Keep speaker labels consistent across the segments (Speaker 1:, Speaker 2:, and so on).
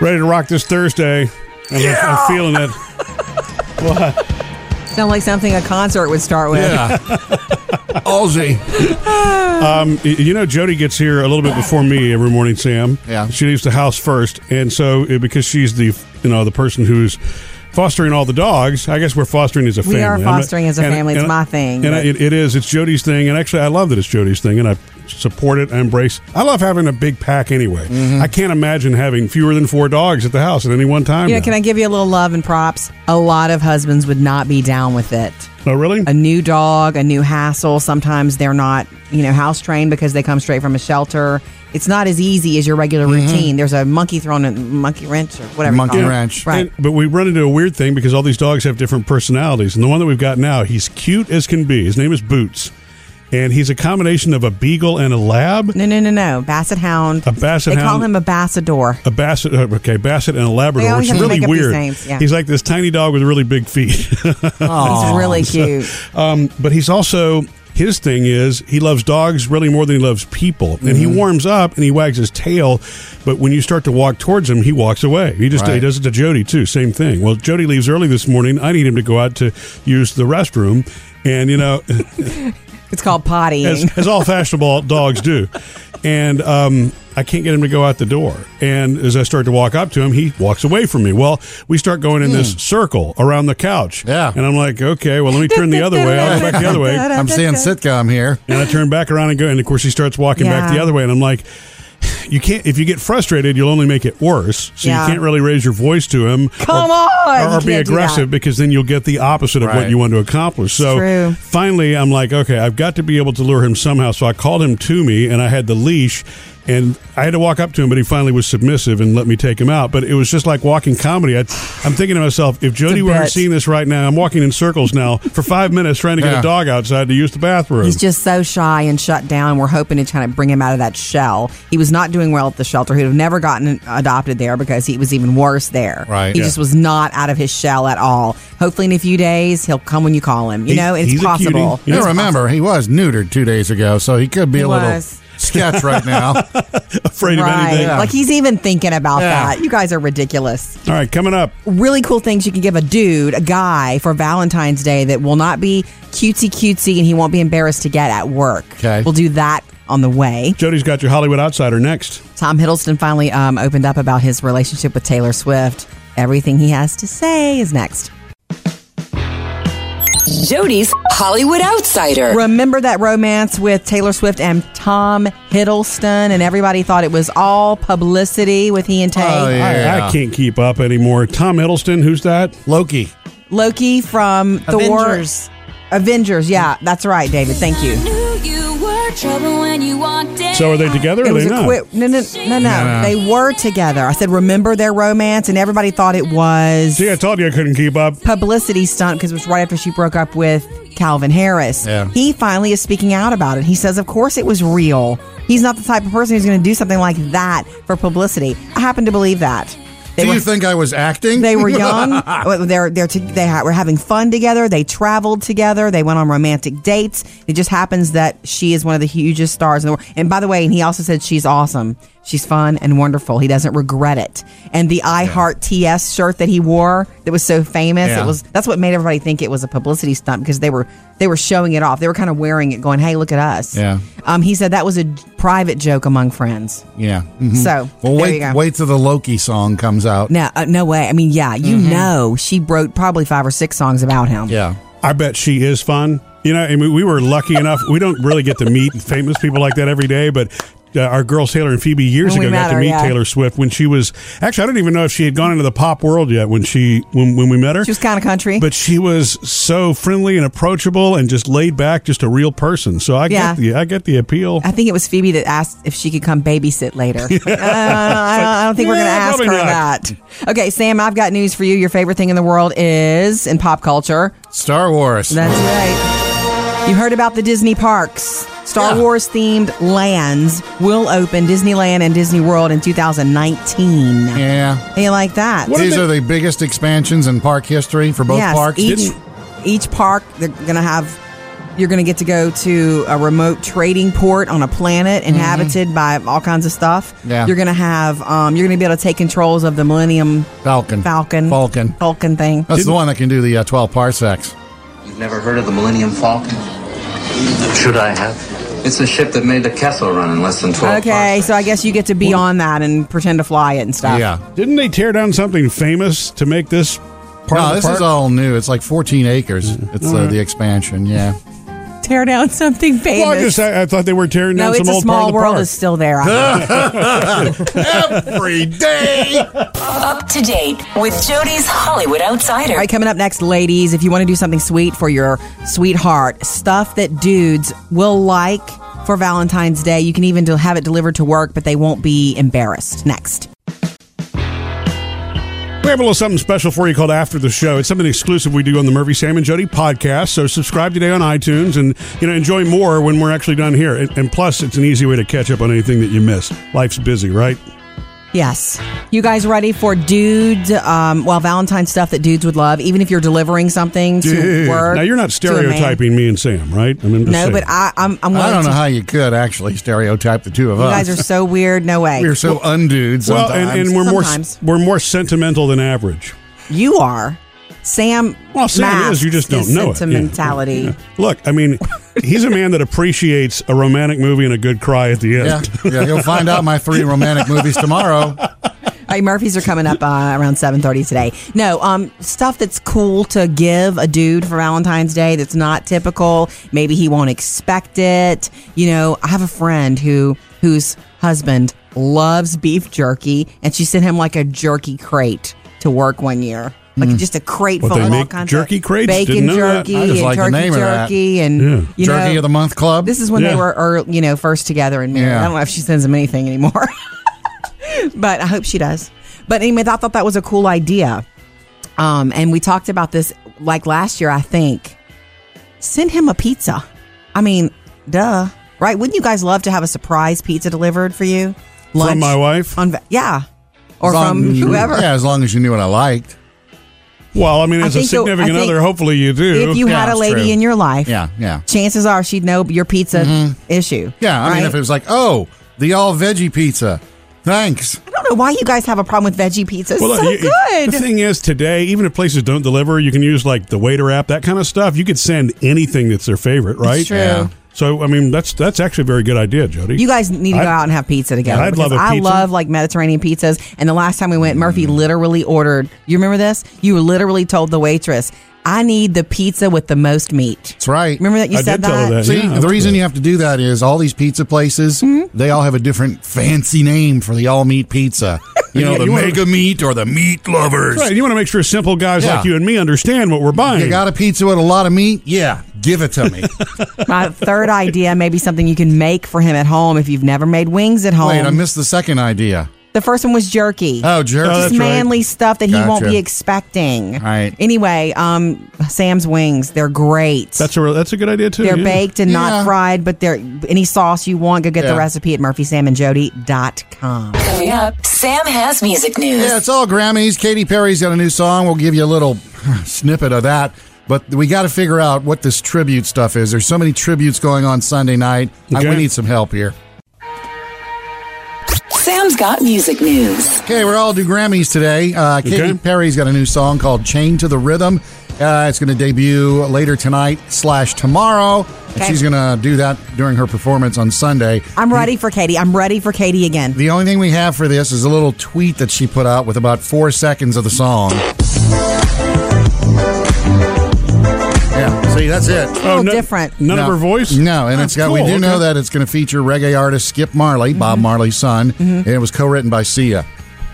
Speaker 1: Ready to rock this Thursday. I'm, I'm feeling it. What?
Speaker 2: Sound like something a concert would start with.
Speaker 3: Yeah. Aussie.
Speaker 1: Um, y- you know, Jody gets here a little bit before me every morning, Sam.
Speaker 3: Yeah.
Speaker 1: She leaves the house first, and so uh, because she's the you know the person who's fostering all the dogs, I guess we're fostering as a
Speaker 2: We
Speaker 1: family.
Speaker 2: are
Speaker 1: I'm not-
Speaker 2: fostering as a family. It's my thing,
Speaker 1: And I,
Speaker 2: but-
Speaker 1: it, it is. It's Jody's thing, and actually, I love that it's Jody's thing, and I support it. I embrace. I love having a big pack anyway. I can't imagine having fewer than four dogs at the house at any one time.
Speaker 2: You know,
Speaker 1: now.
Speaker 2: can I give you a little love and props? A lot of husbands would not be down with it.
Speaker 1: oh, really?
Speaker 2: A new dog, a new hassle. Sometimes they're not, you know, house trained because they come straight from a shelter. It's not as easy as your regular
Speaker 1: Mm-hmm.
Speaker 2: routine. There's a monkey thrown in monkey wrench or whatever. you
Speaker 3: Monkey
Speaker 2: call it.
Speaker 3: wrench.
Speaker 2: Right.
Speaker 1: And- but we run into a weird thing because all these dogs have different personalities. And the one that we've got now, he's cute as can be. His name is Boots. And he's a combination of a beagle and a lab.
Speaker 2: no, no, no, no. Basset hound.
Speaker 1: A basset
Speaker 2: They call
Speaker 1: hound.
Speaker 2: him a bassador.
Speaker 1: A basset, uh, okay, basset and a
Speaker 2: They
Speaker 1: labrador,
Speaker 2: always
Speaker 1: which
Speaker 2: have
Speaker 1: is
Speaker 2: to
Speaker 1: really
Speaker 2: make up these
Speaker 1: weird.
Speaker 2: names, yeah.
Speaker 1: He's like this tiny dog with really big feet.
Speaker 2: He's really cute.
Speaker 1: um, but he's also his thing is he loves dogs really more than he loves people, and
Speaker 3: Mm-hmm.
Speaker 1: he warms up and he wags his tail. But when you start to walk towards him, he walks away. He just he
Speaker 3: Right.
Speaker 1: does it to Jody too. Same thing. Well, Jody leaves early this morning. I need him to go out to use the restroom, and you know
Speaker 2: It's called pottying.
Speaker 1: as, as all fashionable dogs do. And um, I can't get him to go out the door. And as I start to walk up to him, he walks away from me. Well, we start going in this circle around the couch.
Speaker 3: Hmm. Yeah.
Speaker 1: And I'm like, okay, well, let me turn the other way. I'll go back the other way.
Speaker 3: I'm seeing sitcom here.
Speaker 1: And I turn back around and go, and of course he starts walking back
Speaker 2: Yeah.
Speaker 1: the other way, and I'm like, you can't. If you get frustrated, you'll only make it worse. So
Speaker 2: Yeah.
Speaker 1: you can't really raise your voice to him.
Speaker 2: Come
Speaker 1: or,
Speaker 2: on!
Speaker 1: or,
Speaker 2: You
Speaker 1: or be
Speaker 2: can't do
Speaker 1: aggressive
Speaker 2: that.
Speaker 1: because then you'll get the opposite of what
Speaker 3: Right.
Speaker 1: you want to accomplish. So
Speaker 2: true.
Speaker 1: finally, I'm like, okay, I've got to be able to lure him somehow. So I called him to me, and I had the leash. And I had to walk up to him, but he finally was submissive and let me take him out. But it was just like walking comedy. I, I'm thinking to myself, if Jody were
Speaker 2: bit.
Speaker 1: seeing this right now, I'm walking in circles now for five minutes trying to get
Speaker 3: Yeah.
Speaker 1: a dog outside to use the bathroom.
Speaker 2: He's just so shy and shut down. We're hoping to kind of bring him out of that shell. He was not doing well at the shelter. He'd have never gotten adopted there because he was even worse there.
Speaker 3: Right.
Speaker 2: He
Speaker 3: Yeah.
Speaker 2: just was not out of his shell at all. Hopefully, in a few days, he'll come when you call him. You
Speaker 1: He-
Speaker 2: know, it's
Speaker 1: he's a
Speaker 2: possible.
Speaker 1: cutie.
Speaker 3: You
Speaker 1: Yes.
Speaker 3: remember, he was neutered two days ago, so he could be
Speaker 2: He
Speaker 3: a little
Speaker 2: was.
Speaker 3: sketch right now.
Speaker 1: afraid of
Speaker 2: Right.
Speaker 1: anything.
Speaker 3: Yeah.
Speaker 2: Like he's even thinking about
Speaker 3: Yeah.
Speaker 2: that. You guys are ridiculous.
Speaker 1: All right, coming up.
Speaker 2: Really cool things you can give a dude, a guy, for Valentine's Day that will not be cutesy cutesy and he won't be embarrassed to get at work.
Speaker 3: Okay.
Speaker 2: We'll do that on the way.
Speaker 1: Jody's got your Hollywood Outsider next.
Speaker 2: Tom Hiddleston finally um, opened up about his relationship with Taylor Swift. Everything he has to say is next.
Speaker 4: Jody's Hollywood Outsider.
Speaker 2: Remember that romance with Taylor Swift and Tom Hiddleston, and everybody thought it was all publicity with he and Tay.
Speaker 3: Oh, yeah.
Speaker 1: I, I can't keep up anymore. Tom Hiddleston, who's that?
Speaker 3: Loki.
Speaker 2: Loki from
Speaker 3: Avengers.
Speaker 2: Thor. Avengers, yeah, that's right, David. Thank you.
Speaker 1: So are they together? Or
Speaker 2: It
Speaker 1: are
Speaker 2: was
Speaker 1: they
Speaker 2: a
Speaker 1: not?
Speaker 2: quick. No, no, no, no,
Speaker 3: no.
Speaker 2: They were together. I said, remember their romance, and everybody thought it was
Speaker 1: See, I told you I couldn't keep up.
Speaker 2: publicity stunt because it was right after she broke up with Calvin Harris.
Speaker 3: Yeah.
Speaker 2: He finally is speaking out about it. He says, Of course it was real. He's not the type of person who's going to do something like that for publicity. I happen to believe that. They
Speaker 3: Do
Speaker 2: were,
Speaker 3: you think I was acting?
Speaker 2: they were young. they're, they're to, they ha- were having fun together. They traveled together. They went on romantic dates. It just happens that she is one of the hugest stars in the world. And by the way, and he also said she's awesome. She's fun and wonderful. He doesn't regret it. And the I Heart TS shirt that he wore that was so famous,
Speaker 3: Yeah.
Speaker 2: it was that's what made everybody think it was a publicity stunt because they were they were showing it off. They were kind of wearing it, going, "Hey, look at us."
Speaker 3: Yeah.
Speaker 2: Um, he said that was a j- private joke among friends.
Speaker 3: Yeah. mhm.
Speaker 2: So
Speaker 3: Well,
Speaker 2: there
Speaker 3: wait,
Speaker 2: you go.
Speaker 3: wait till the Loki song comes out.
Speaker 2: No, uh, no way. I mean, yeah, you
Speaker 1: Mm-hmm.
Speaker 2: know, she wrote probably five or six songs about him.
Speaker 3: Yeah.
Speaker 1: I bet she is fun. You know, I mean, we were lucky enough. We don't really get to meet famous people like that every day, but. Uh, our girls Taylor and Phoebe years
Speaker 2: When we
Speaker 1: ago
Speaker 2: met
Speaker 1: got to
Speaker 2: her,
Speaker 1: meet
Speaker 2: yeah.
Speaker 1: Taylor Swift when she was actually I don't even know if she had gone into the pop world yet when she when, when we met her
Speaker 2: She was kind of country.
Speaker 1: but she was so friendly and approachable and just laid back just a real person so I
Speaker 2: Yeah.
Speaker 1: get the I get the appeal
Speaker 2: I think it was Phoebe that asked if she could come babysit later. Uh, I, don't, I don't think we're going to
Speaker 1: Yeah,
Speaker 2: ask her
Speaker 1: probably not.
Speaker 2: that. Okay, Sam, I've got news for you. Your favorite thing in the world is in pop culture.
Speaker 3: Star Wars.
Speaker 2: That's right. You heard about the Disney parks. Star
Speaker 3: Yeah.
Speaker 2: Wars themed lands will open Disneyland and Disney World in 2019.
Speaker 3: yeah.
Speaker 2: How you like that?
Speaker 1: What are
Speaker 3: These
Speaker 1: they-
Speaker 3: are the biggest expansions in park history for both
Speaker 2: yes,
Speaker 3: parks.
Speaker 2: Each,
Speaker 1: Didn't-
Speaker 2: each park, they're going to have You're going to get to go to a remote trading port on a planet inhabited by all kinds of stuff.
Speaker 3: Yeah.
Speaker 2: You're going to have, um, you're going to be able to take controls of the Millennium
Speaker 3: Falcon.
Speaker 2: Falcon.
Speaker 3: Falcon.
Speaker 2: Falcon thing.
Speaker 3: That's the one that can do the uh, 12 parsecs.
Speaker 5: You've never heard of the Millennium Falcon? Should I have? It's a ship that made the Kessel run in less than 12
Speaker 2: Okay, so I guess you get to be on that and pretend to fly it and stuff.
Speaker 3: Yeah.
Speaker 1: Didn't they tear down something famous to make this part
Speaker 3: No,
Speaker 1: of the
Speaker 3: this
Speaker 1: park?
Speaker 3: is all new. It's like 14 acres. It's uh, the expansion. Yeah.
Speaker 2: Tear down something famous.
Speaker 1: well, I just I, I thought they were tearing
Speaker 2: no,
Speaker 1: down
Speaker 2: it's
Speaker 1: some
Speaker 2: a
Speaker 1: old
Speaker 2: small
Speaker 1: part of the
Speaker 2: world
Speaker 1: park.
Speaker 2: is still there. I think.
Speaker 3: Every day.
Speaker 4: Up to date with Jody's Hollywood Outsider.
Speaker 2: All right, coming up next, ladies, if you want to do something sweet for your sweetheart, stuff that dudes will like for Valentine's Day, you can even do- have it delivered to work, but they won't be embarrassed. Next.
Speaker 1: We have a little something special for you called After the Show. It's something exclusive we do on the Murphy, Sam, and Jody podcast. So subscribe today on iTunes and you know enjoy more when we're actually done here. And, and plus, it's an easy way to catch up on anything that you miss. Life's busy, right?
Speaker 2: Yes. You guys ready for dudes? Um, well, Valentine's stuff that dudes would love, even if you're delivering something to
Speaker 1: Dude.
Speaker 2: work.
Speaker 1: Now you're not
Speaker 2: to a man.
Speaker 1: stereotyping me and Sam, right? I mean, just
Speaker 2: No,
Speaker 1: saying.
Speaker 2: but I, I'm, I'm
Speaker 3: I
Speaker 2: willing
Speaker 3: don't know
Speaker 2: to.
Speaker 3: how you could actually stereotype the two of
Speaker 2: you
Speaker 3: us.
Speaker 2: guys are so weird. No way.
Speaker 3: We're so undude
Speaker 1: well,
Speaker 3: sometimes.
Speaker 1: and, and we're more
Speaker 2: Sometimes.
Speaker 1: we're more sentimental than average.
Speaker 2: You are. Sam.
Speaker 1: Well, Sam
Speaker 2: masks
Speaker 1: is. You just don't
Speaker 2: his
Speaker 1: know
Speaker 2: sentimentality.
Speaker 1: it. Yeah, yeah. Look, I mean, he's a man that appreciates a romantic movie and a good cry at the end.
Speaker 3: yeah, yeah, you'll find out my three romantic movies tomorrow.
Speaker 2: All right, Murphy's are coming up uh, around seven thirty today. No, um, stuff that's cool to give a dude for Valentine's Day that's not typical. Maybe he won't expect it. You know, I have a friend who whose husband loves beef jerky, and she sent him like a jerky crate to work one year, like just a crate
Speaker 1: Hmm. What,
Speaker 2: full
Speaker 1: they
Speaker 2: of all
Speaker 1: make
Speaker 2: kinds
Speaker 1: jerky
Speaker 2: of
Speaker 1: crates? Didn't
Speaker 2: bacon
Speaker 1: know that.
Speaker 2: jerky,
Speaker 3: I just
Speaker 2: and
Speaker 3: like the
Speaker 2: turkey
Speaker 3: name of that.
Speaker 2: jerky, and
Speaker 1: Yeah.
Speaker 2: you
Speaker 3: Jerky
Speaker 2: know,
Speaker 3: of the Month Club.
Speaker 2: This is when they
Speaker 1: Yeah.
Speaker 2: were, ear you know, first together and married.
Speaker 3: Yeah.
Speaker 2: I don't know if she sends him anything anymore, but I hope she does. But anyway, I thought that was a cool idea, um, and we talked about this like last year. I think send him a pizza. I mean, duh, right? Wouldn't you guys love to have a surprise pizza delivered for you? Lunch
Speaker 1: From my wife.
Speaker 2: on, va- yeah, or
Speaker 3: As long-
Speaker 2: from whoever.
Speaker 3: Yeah, as long as you knew what I liked.
Speaker 1: Well, I mean,
Speaker 2: I
Speaker 1: as a
Speaker 2: think you'll- I
Speaker 1: significant
Speaker 2: think
Speaker 1: other, hopefully you do.
Speaker 2: If you
Speaker 3: Yeah,
Speaker 2: had a
Speaker 3: it's
Speaker 2: lady
Speaker 3: true.
Speaker 2: in your life,
Speaker 3: Yeah, yeah.
Speaker 2: chances are she'd know your pizza issue.
Speaker 3: Yeah, I mean,
Speaker 2: right?
Speaker 3: if it was like, oh, the all veggie pizza, thanks.
Speaker 2: I don't know why you guys have a problem with veggie pizza. It's
Speaker 1: look,
Speaker 2: so
Speaker 1: you-
Speaker 2: good.
Speaker 1: The thing is, today, even if places don't deliver, you can use like the waiter app, that kind of stuff. You could send anything that's their favorite, right?
Speaker 2: true.
Speaker 3: Yeah.
Speaker 1: So, I mean, that's that's actually a very good idea, Jody.
Speaker 2: you guys need to go
Speaker 1: I-
Speaker 2: out and have pizza together.
Speaker 1: I'd
Speaker 2: because
Speaker 1: love a
Speaker 2: I
Speaker 1: pizza. Mm.
Speaker 2: love like Mediterranean pizzas. And the last time we went, Murphy literally ordered. You remember this? You literally told the waitress, "I need the pizza with the most meat."
Speaker 3: That's right.
Speaker 2: Remember that you
Speaker 1: I
Speaker 2: said
Speaker 1: did tell her that.
Speaker 3: See,
Speaker 1: Yeah,
Speaker 3: the
Speaker 1: that's
Speaker 3: reason
Speaker 1: good.
Speaker 3: you have to do that is all these pizza places,
Speaker 2: Mm-hmm.
Speaker 3: they all have a different fancy name for the all meat pizza. You know,
Speaker 1: Yeah,
Speaker 3: the
Speaker 1: you wanna-
Speaker 3: mega meat or the meat lovers.
Speaker 1: Right, you want to make sure simple guys
Speaker 3: Yeah.
Speaker 1: like you and me understand what we're buying.
Speaker 3: You got a pizza with a lot of meat? Yeah, give it to me.
Speaker 2: My third idea, maybe something you can make for him at home if you've never made wings at home.
Speaker 3: Wait, I missed the second idea.
Speaker 2: the first one was jerky.
Speaker 3: Oh, jerky.
Speaker 1: Oh,
Speaker 2: Just
Speaker 1: that's right.
Speaker 2: manly stuff that he won't
Speaker 3: Gotcha.
Speaker 2: be expecting.
Speaker 3: Right.
Speaker 2: Anyway, um, Sam's wings, they're great.
Speaker 1: that's a that's a good idea too.
Speaker 2: They're
Speaker 1: yeah.
Speaker 2: baked and
Speaker 3: Mm-hmm. Yeah.
Speaker 2: not fried, but they're any sauce you want, go get the
Speaker 3: Yeah.
Speaker 2: recipe at murphysamandjody.com.
Speaker 4: Coming up, Sam has music news.
Speaker 3: Yeah, it's all Grammys. Katy Perry's got a new song. We'll give you a little snippet of that. But we got to figure out what this tribute stuff is. There's so many tributes going on Sunday night. I-
Speaker 1: Okay.
Speaker 3: we need some help here.
Speaker 4: Sam's got music news.
Speaker 3: Okay, we're all do Grammys today. Uh,
Speaker 1: Okay.
Speaker 3: Katy Perry's got a new song called "Chain to the Rhythm." Uh, it's going to debut later tonight slash tomorrow, and
Speaker 2: Okay.
Speaker 3: she's going to do that during her performance on Sunday.
Speaker 2: I'm ready for Katie. I'm ready for Katie again.
Speaker 3: The only thing we have for this is a little tweet that she put out with about four seconds of the song. Yeah, see, that's it.
Speaker 2: A little Oh, different.
Speaker 1: Oh, None of
Speaker 3: No.
Speaker 1: her voice.
Speaker 3: No, and
Speaker 1: Oh,
Speaker 3: it's got. we
Speaker 1: cool,
Speaker 3: do know
Speaker 1: okay. Mm-hmm.
Speaker 3: that it's going to feature reggae artist Skip Marley, Bob Marley's son, and it was co-written by Sia.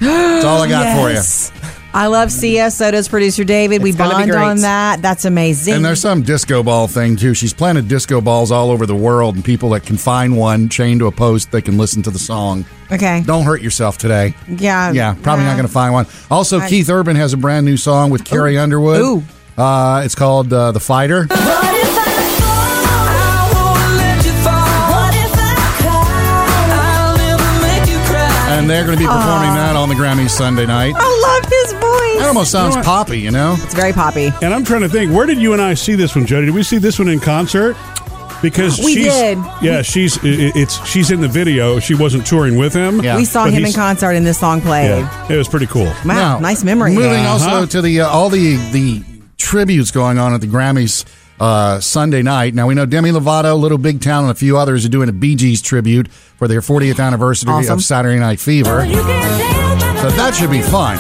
Speaker 3: That's all I got for
Speaker 2: I love Sia. So does producer David. we
Speaker 6: It's gonna be
Speaker 2: bond
Speaker 6: great.
Speaker 2: on that. That's
Speaker 3: you.
Speaker 2: amazing.
Speaker 3: And there's some disco ball thing too. She's planted disco balls all over the world, and people that can find one chained to a post, they can listen to the song.
Speaker 2: okay.
Speaker 3: Don't hurt yourself today.
Speaker 2: Yeah.
Speaker 3: Yeah, probably
Speaker 2: Yeah.
Speaker 3: not going to find one. Also,
Speaker 2: I-
Speaker 3: Keith Urban has a brand new song with Carrie Underwood.
Speaker 2: Ooh.
Speaker 3: Uh, it's called uh, The Fighter. And and they're going to be performing that on the Grammys Sunday night.
Speaker 2: I love his voice.
Speaker 3: That almost sounds
Speaker 1: what?
Speaker 3: poppy, you know?
Speaker 2: it's very poppy.
Speaker 1: And I'm trying to think, where did you and I see this one, Jody? Did we see this one in concert? Because
Speaker 2: We
Speaker 1: she's,
Speaker 2: did.
Speaker 1: Yeah, she's i- i- it's she's in the video. She wasn't touring with him.
Speaker 3: Yeah.
Speaker 2: We saw
Speaker 1: But
Speaker 2: him in
Speaker 1: he's-
Speaker 2: concert and this song played.
Speaker 1: Yeah, it was pretty cool.
Speaker 2: Wow,
Speaker 3: Now,
Speaker 2: nice memory.
Speaker 3: Moving
Speaker 1: Uh-huh.
Speaker 3: also to the uh, all the the tributes going on at the Grammys uh, Sunday night. Now we know Demi Lovato, Little Big Town, and a few others are doing a Bee Gees tribute for their 40th anniversary
Speaker 2: Awesome.
Speaker 3: of Saturday Night Fever. So that should be fun.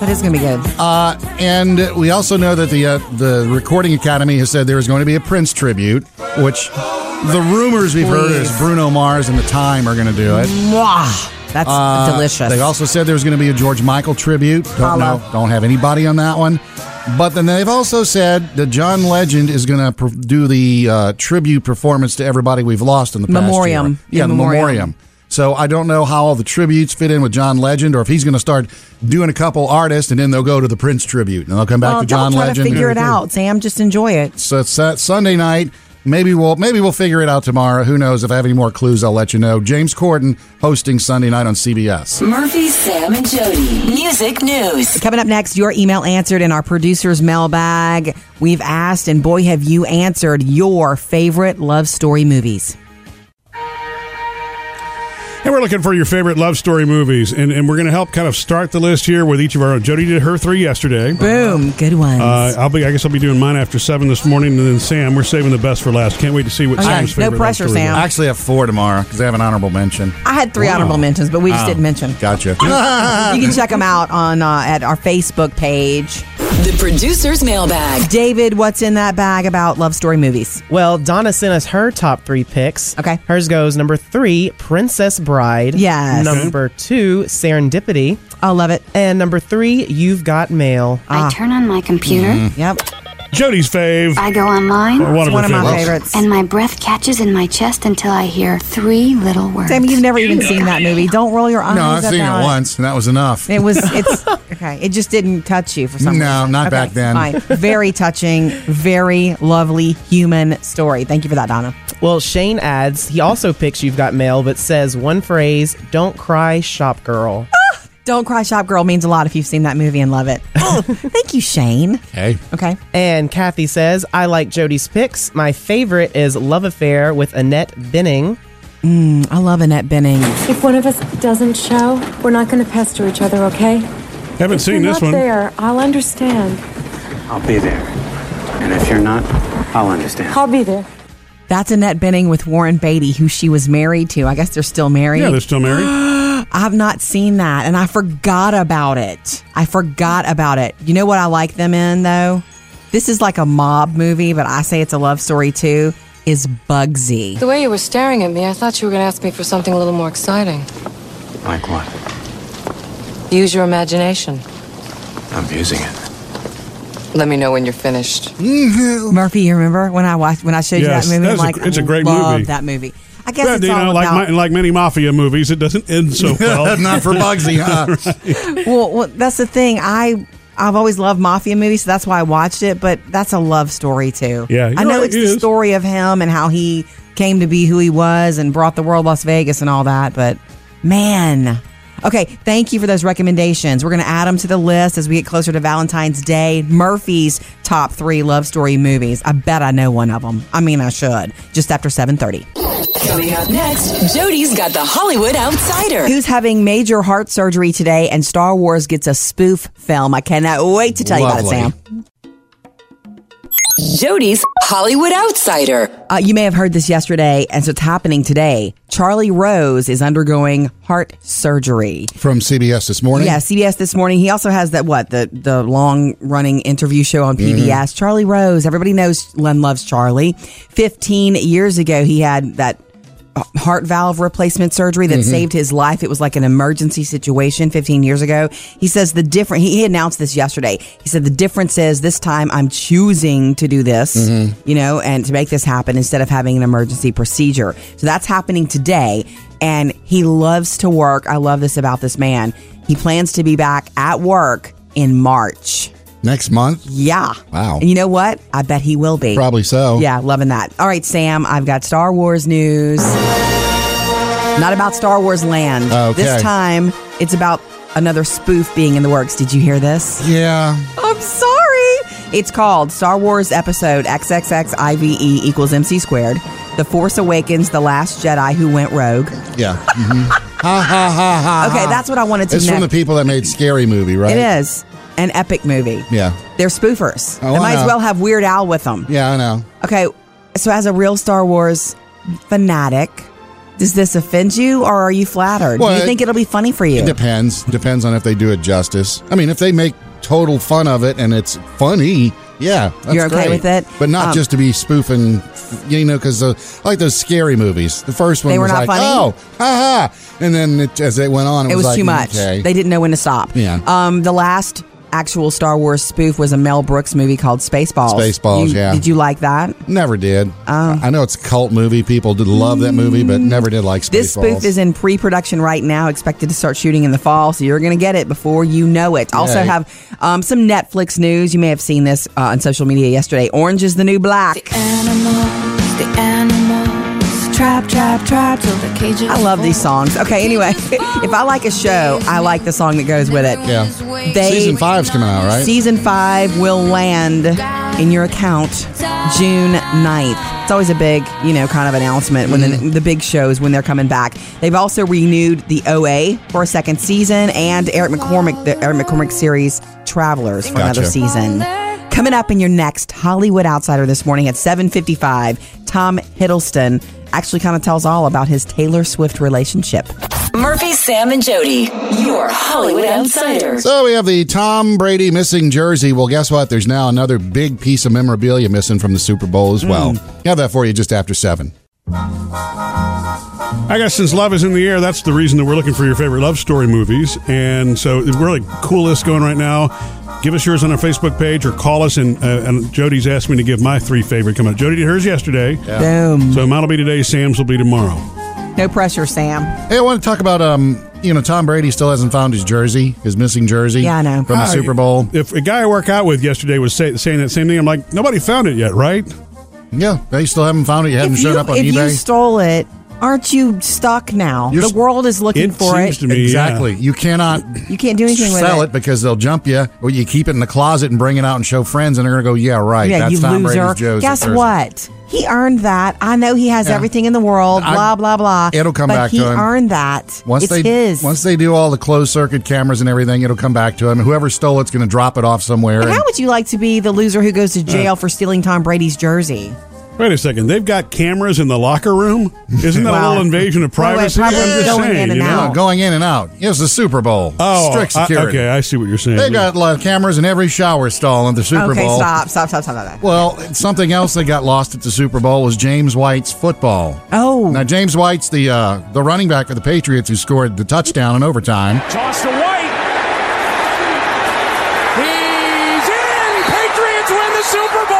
Speaker 2: That is going to be good.
Speaker 3: Uh, and we also know that the uh, the Recording Academy has said there is going to be a Prince tribute, which the rumors we've heard is
Speaker 2: Please.
Speaker 3: Bruno Mars and the Time are going to do it.
Speaker 2: Mwah. That's
Speaker 3: Uh,
Speaker 2: delicious.
Speaker 3: They also said there was going to be a George Michael tribute. Don't
Speaker 2: Holla.
Speaker 3: know. Don't have anybody on that one. But then they've also said that John Legend is going to per- do the uh, tribute performance to everybody we've lost in the past
Speaker 2: Memoriam.
Speaker 3: year.
Speaker 2: In
Speaker 3: Yeah, the memoriam.
Speaker 2: memoriam.
Speaker 3: So I don't know how all the tributes fit in with John Legend, or if he's going to start doing a couple artists and then they'll go to the Prince tribute and they'll come back
Speaker 2: well,
Speaker 3: to John
Speaker 2: don't try
Speaker 3: Legend.
Speaker 2: to figure it out, Sam. Just enjoy it.
Speaker 3: So it's uh, Sunday night. Maybe we'll maybe we'll figure it out tomorrow. Who knows? If I have any more clues, I'll let you know. James Corden hosting Sunday night on CBS.
Speaker 4: Murphy, Sam, and Jody. Music news.
Speaker 2: Coming up next, your email answered in our producer's mailbag. We've asked, and boy, have you answered your favorite love story movies.
Speaker 1: And we're looking for your favorite love story movies. And, and we're going to help kind of start the list here with each of our own. Jody did her three yesterday.
Speaker 2: Boom. Good ones.
Speaker 1: Uh, I'll be. I guess I'll be doing mine after seven this morning, and then Sam. We're saving the best for last. Can't wait to see what
Speaker 2: Okay.
Speaker 1: Sam's
Speaker 2: No
Speaker 1: favorite love
Speaker 2: pressure,
Speaker 1: story is.
Speaker 2: Sam.
Speaker 3: I actually have four tomorrow because I have an honorable mention.
Speaker 2: I had three honorable mentions, but we just didn't mention.
Speaker 3: Gotcha.
Speaker 2: You can check them out on uh, at our Facebook page.
Speaker 4: The producer's mailbag.
Speaker 2: David, what's in that bag about love story movies?
Speaker 6: Well, Donna sent us her top three picks.
Speaker 2: Okay.
Speaker 6: Hers goes number three, Princess Bride.
Speaker 2: Yes.
Speaker 6: Number two, Serendipity.
Speaker 2: I love it.
Speaker 6: And number three, You've Got Mail.
Speaker 2: Ah.
Speaker 7: I turn on my computer,
Speaker 3: Mm-hmm.
Speaker 2: Yep,
Speaker 1: Jody's fave.
Speaker 7: I go online,
Speaker 1: Or one of,
Speaker 2: one
Speaker 1: her
Speaker 2: of my
Speaker 1: favorites.
Speaker 2: favorites.
Speaker 7: and my breath catches in my chest until I hear three little words.
Speaker 2: Sam, you've never even seen that movie. Don't roll your eyes.
Speaker 3: no, I've
Speaker 2: at
Speaker 3: seen it
Speaker 2: that.
Speaker 3: once, and that was enough.
Speaker 2: It was. It's okay. It just didn't touch you for some
Speaker 3: No,
Speaker 2: reason.
Speaker 3: not
Speaker 2: Okay,
Speaker 3: back then.
Speaker 2: Fine. Very touching. Very lovely human story. Thank you for that, Donna.
Speaker 6: Well, Shane adds, he also picks You've Got Mail, but says one phrase, Don't cry, shop girl.
Speaker 2: Don't cry, shop girl means a lot if you've seen that movie and love it. Oh, thank you, Shane.
Speaker 3: Okay.
Speaker 2: Okay.
Speaker 6: And Kathy says, I like Jody's picks. My favorite is Love Affair with Annette Benning.
Speaker 2: I love Annette Benning.
Speaker 8: If one of us doesn't show, we're not going to pester each other, okay?
Speaker 1: Haven't
Speaker 8: You're
Speaker 1: seen
Speaker 8: not
Speaker 1: this one.
Speaker 8: there. I'll understand.
Speaker 9: I'll be there. And if you're not, I'll understand.
Speaker 8: I'll be there.
Speaker 2: That's Annette Benning with Warren Beatty, who she was married to. I guess they're still married.
Speaker 1: Yeah, they're still married.
Speaker 2: I have not seen that, and I forgot about it. I forgot about it. You know what I like them in though? This is like a mob movie, but I say it's a love story too. Is Bugsy?
Speaker 10: The way you were staring at me, I thought you were going to ask me for something a little more exciting.
Speaker 9: Like what?
Speaker 10: Use your imagination.
Speaker 9: I'm using it.
Speaker 10: Let me know when you're finished.
Speaker 2: Murphy, you remember when I watched when I showed
Speaker 1: Yes,
Speaker 2: you that movie?
Speaker 1: that
Speaker 2: I'm
Speaker 1: is a-
Speaker 2: like,
Speaker 1: it's
Speaker 2: I
Speaker 1: a great
Speaker 2: love
Speaker 1: movie.
Speaker 2: That movie. I guess
Speaker 1: But,
Speaker 2: it's
Speaker 1: you
Speaker 2: all
Speaker 1: know, like
Speaker 2: about.
Speaker 1: my, like many mafia movies, it doesn't end so well.
Speaker 3: Not for Bugsy, uh, huh?
Speaker 2: well, well, that's the thing. I I've always loved mafia movies, so that's why I watched it. But that's a love story too.
Speaker 1: Yeah,
Speaker 2: I
Speaker 1: you're
Speaker 2: know
Speaker 1: right,
Speaker 2: it's
Speaker 1: it
Speaker 2: the
Speaker 1: is.
Speaker 2: story of him and how he came to be who he was and brought the world Las Vegas and all that. But man. Okay, thank you for those recommendations. We're going to add them to the list as we get closer to Valentine's Day. Murphy's top three love story movies. I bet I know one of them. I mean, I should. Just after seven thirty.
Speaker 4: Coming up next, Jody's got the Hollywood Outsider.
Speaker 2: Who's having major heart surgery today, and Star Wars gets a spoof film. I cannot wait to tell you
Speaker 3: Lovely.
Speaker 2: about it, Sam.
Speaker 4: Jody's Hollywood Outsider.
Speaker 2: Uh, you may have heard this yesterday, and so it's happening today. Charlie Rose is undergoing heart surgery.
Speaker 3: From CBS this morning.
Speaker 2: Yeah, CBS this morning. He also has that what the the long running interview show on PBS. Charlie Rose. Everybody knows Len loves Charlie. Fifteen years ago, he had that heart valve replacement surgery
Speaker 3: Mm-hmm.
Speaker 2: that saved his life. It was like an emergency situation 15 years ago. He says the different. He, he announced this yesterday. He said the difference is this time I'm choosing to do this,
Speaker 3: Mm-hmm.
Speaker 2: you know, and to make this happen instead of having an emergency procedure. So that's happening today. And he loves to work. I love this about this man. He plans to be back at work in March.
Speaker 3: Next month?
Speaker 2: Yeah.
Speaker 3: Wow.
Speaker 2: And you know what? I bet he will be.
Speaker 3: Probably so.
Speaker 2: Yeah, loving that. All right, Sam, I've got Star Wars news. Not about Star Wars Land.
Speaker 3: Oh, Okay.
Speaker 2: This time, it's about another spoof being in the works. Did you hear this?
Speaker 3: Yeah.
Speaker 2: I'm sorry. It's called Star Wars Episode XXXIVE E equals MC squared. The Force Awakens, The Last Jedi Who Went Rogue. Okay,
Speaker 3: Yeah. hmm ha ha ha ha. ha.
Speaker 2: that's what I wanted to
Speaker 3: Ah. It's from the
Speaker 2: next.
Speaker 3: people that made Scary Movie, right?
Speaker 2: It is an epic movie.
Speaker 3: Yeah.
Speaker 2: They're spoofers.
Speaker 3: Oh,
Speaker 2: they
Speaker 3: I
Speaker 2: might as
Speaker 3: know.
Speaker 2: well have Weird Al with them.
Speaker 3: Yeah, I know.
Speaker 2: Okay, so as a real Star Wars fanatic, does this offend you or are you flattered? Do
Speaker 3: Well,
Speaker 2: you think
Speaker 3: it-
Speaker 2: it'll be funny for you?
Speaker 3: It depends. Depends on if they do it justice. I mean, if they make total fun of it and it's funny, yeah, that's
Speaker 2: You're okay
Speaker 3: great.
Speaker 2: with it?
Speaker 3: But not
Speaker 2: Um,
Speaker 3: just to be spoofing, you know, because uh, I like those scary movies. The first one
Speaker 2: They were
Speaker 3: was
Speaker 2: not
Speaker 3: like,
Speaker 2: funny?
Speaker 3: oh, ha ha, and then it, as it went on, it,
Speaker 2: it was
Speaker 3: like,
Speaker 2: too much.
Speaker 3: okay.
Speaker 2: They didn't know when to stop.
Speaker 3: Yeah.
Speaker 2: Um, the last actual Star Wars spoof was a Mel Brooks movie called Spaceballs.
Speaker 3: Spaceballs,
Speaker 2: You-
Speaker 3: yeah.
Speaker 2: Did you like that?
Speaker 3: never did.
Speaker 2: Oh.
Speaker 3: I know it's a cult movie. People did love that movie, but never did like Spaceballs.
Speaker 2: This spoof is in pre-production right now, expected to start shooting in the fall, so you're going to get it before you know it. Also
Speaker 3: Yay.
Speaker 2: have um, some Netflix news. You may have seen this uh, on social media yesterday. Orange is the new black.
Speaker 10: Animals, the animals, trap, trap, trap till the cages.
Speaker 2: I love these songs. Okay, anyway, if I like a show, I like the song that goes with it.
Speaker 3: yeah.
Speaker 2: They-
Speaker 3: Season five's coming out, right?
Speaker 2: Season 5 will land in your account June 9th. It's always a big, you know, kind of announcement when the, the big shows when they're coming back. They've also renewed the OA for a second season and Eric McCormick, the Eric McCormick series Travelers for another
Speaker 3: Gotcha.
Speaker 2: season. Coming up in your next Hollywood Outsider this morning at 7:55, Tom Hiddleston actually kind of tells all about his Taylor Swift relationship.
Speaker 4: Murphy, Sam, and Jody, your Hollywood Outsider.
Speaker 3: So we have the Tom Brady missing jersey. Well, guess what? There's now another big piece of memorabilia missing from the Super Bowl as well. Have that for you just after seven.
Speaker 1: I guess since love is in the air, that's the reason that we're looking for your favorite love story movies. And so we're really cool list going right now. Give us yours on our Facebook page or call us. And, uh, and Jody's asked me to give my three favorite coming up. Jody did hers yesterday.
Speaker 2: Boom.
Speaker 1: So mine will be today. Sam's will be tomorrow.
Speaker 2: No pressure, Sam.
Speaker 3: Hey, I want to talk about um, you know, Tom Brady still hasn't found his jersey, his missing jersey.
Speaker 2: Yeah, I know.
Speaker 3: From the
Speaker 1: Hi.
Speaker 3: Super Bowl.
Speaker 1: If a guy I work out with yesterday was say, saying that same thing, I'm like, nobody found it yet, right?
Speaker 3: Yeah, they still haven't found it. You haven't
Speaker 2: if
Speaker 3: showed
Speaker 2: you,
Speaker 3: up on
Speaker 2: if you
Speaker 3: eBay.
Speaker 2: stole it, aren't you stuck now?
Speaker 3: You're
Speaker 2: the
Speaker 3: s-
Speaker 2: world is looking
Speaker 1: it
Speaker 2: for
Speaker 1: seems
Speaker 2: it.
Speaker 1: to me
Speaker 3: exactly.
Speaker 1: yeah.
Speaker 3: You cannot
Speaker 2: You can't do anything with
Speaker 3: sell
Speaker 2: it.
Speaker 3: it. because they'll jump you, or you keep it in the closet and bring it out and show friends, and they're gonna go, "Yeah, right.
Speaker 2: yeah,
Speaker 3: that's
Speaker 2: you
Speaker 3: Tom
Speaker 2: loser.
Speaker 3: Brady's jersey."
Speaker 2: Guess
Speaker 3: jersey.
Speaker 2: what? He earned that. I know he has
Speaker 3: Yeah.
Speaker 2: everything in the world.
Speaker 3: I-
Speaker 2: Blah blah blah.
Speaker 3: It'll come
Speaker 2: but
Speaker 3: back
Speaker 2: he
Speaker 3: to him.
Speaker 2: earned that.
Speaker 3: Once
Speaker 2: it's
Speaker 3: they
Speaker 2: his.
Speaker 3: once they do all the closed circuit cameras and everything, it'll come back to him. And whoever stole it's going to drop it off somewhere.
Speaker 2: And
Speaker 3: and-
Speaker 2: how would you like to be the loser who
Speaker 3: Uh.
Speaker 2: goes to jail for stealing Tom Brady's jersey?
Speaker 1: Wait a second. They've got cameras in the locker room? Isn't that a
Speaker 2: Wow.
Speaker 1: little invasion of
Speaker 2: Well, wait,
Speaker 1: privacy?
Speaker 2: probably going in and
Speaker 1: you know?
Speaker 2: out.
Speaker 3: No, going in and out. It was the Super Bowl.
Speaker 1: Oh,
Speaker 3: strict
Speaker 1: I-
Speaker 3: security.
Speaker 1: okay. I see what you're saying.
Speaker 3: They got like, cameras in every shower stall at the Super
Speaker 2: okay,
Speaker 3: Bowl.
Speaker 2: stop, stop, stop, stop, stop.
Speaker 3: Well, something else that got lost at the Super Bowl was James White's football.
Speaker 2: Oh.
Speaker 3: Now James White's the uh, the running back for the Patriots who scored the touchdown in overtime.
Speaker 11: Toss to White. He's in. Patriots win the Super Bowl.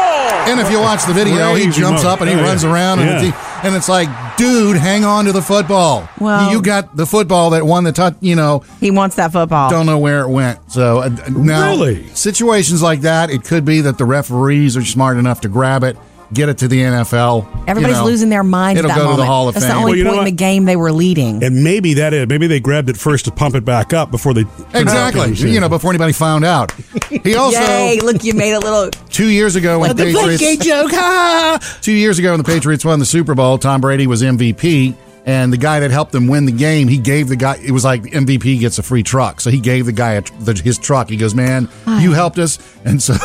Speaker 3: And if you watch the video, he
Speaker 1: Crazy
Speaker 3: jumps
Speaker 1: mode.
Speaker 3: up and he
Speaker 1: Oh, yeah.
Speaker 3: runs around, and,
Speaker 1: Yeah.
Speaker 3: it's, and it's like, dude, hang on to the football.
Speaker 2: Well-
Speaker 3: you got the football that won the touch. You know,
Speaker 2: He wants that football.
Speaker 3: don't know where it went. So uh, uh, now,
Speaker 1: Really?
Speaker 3: situations like that, it could be that the referees are smart enough to grab it, get it to the NFL. you
Speaker 2: Everybody's
Speaker 3: know.
Speaker 2: losing their minds.
Speaker 3: It'll
Speaker 2: at that
Speaker 3: go
Speaker 2: moment.
Speaker 3: to the Hall of
Speaker 2: That's
Speaker 3: Fame.
Speaker 2: the only
Speaker 1: Well, you know
Speaker 2: point in the
Speaker 1: what?
Speaker 2: game they were leading.
Speaker 1: And maybe that is. Maybe they grabbed it first to pump it back up before they.
Speaker 3: exactly. You know, before anybody found out. He also
Speaker 2: Yay! Look, you made a little.
Speaker 3: two years ago when the Patriots
Speaker 1: joke. Ha!
Speaker 3: two years ago when the Patriots won the Super Bowl, Tom Brady was MVP. And the guy that helped them win the game, he gave the guy. It was like MVP gets a free truck, so he gave the guy a, tr- the, his truck. He goes, "Man, you helped us." And so,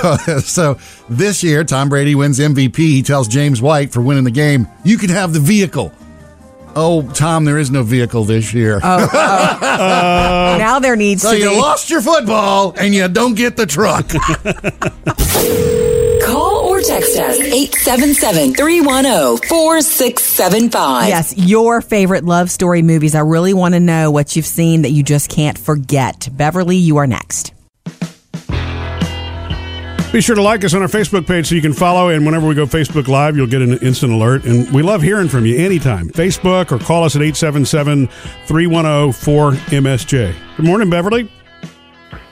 Speaker 3: so this year, Tom Brady wins MVP. He tells James White for winning the game, "You can have the vehicle." Oh, Tom, there is no vehicle this year.
Speaker 2: now there needs
Speaker 3: so
Speaker 2: to
Speaker 3: Uh, you
Speaker 2: be.
Speaker 3: lost your football, and you don't get the truck.
Speaker 4: Call or text us 877 310 4675.
Speaker 2: Yes, your favorite love story movies. I really want to know what you've seen that you just can't forget. Beverly, you are next.
Speaker 1: Be sure to like us on our Facebook page so you can follow. And whenever we go Facebook Live, you'll get an instant alert. And we love hearing from you anytime. Facebook or call us at oh, 877 310 4MSJ. Good morning, Beverly.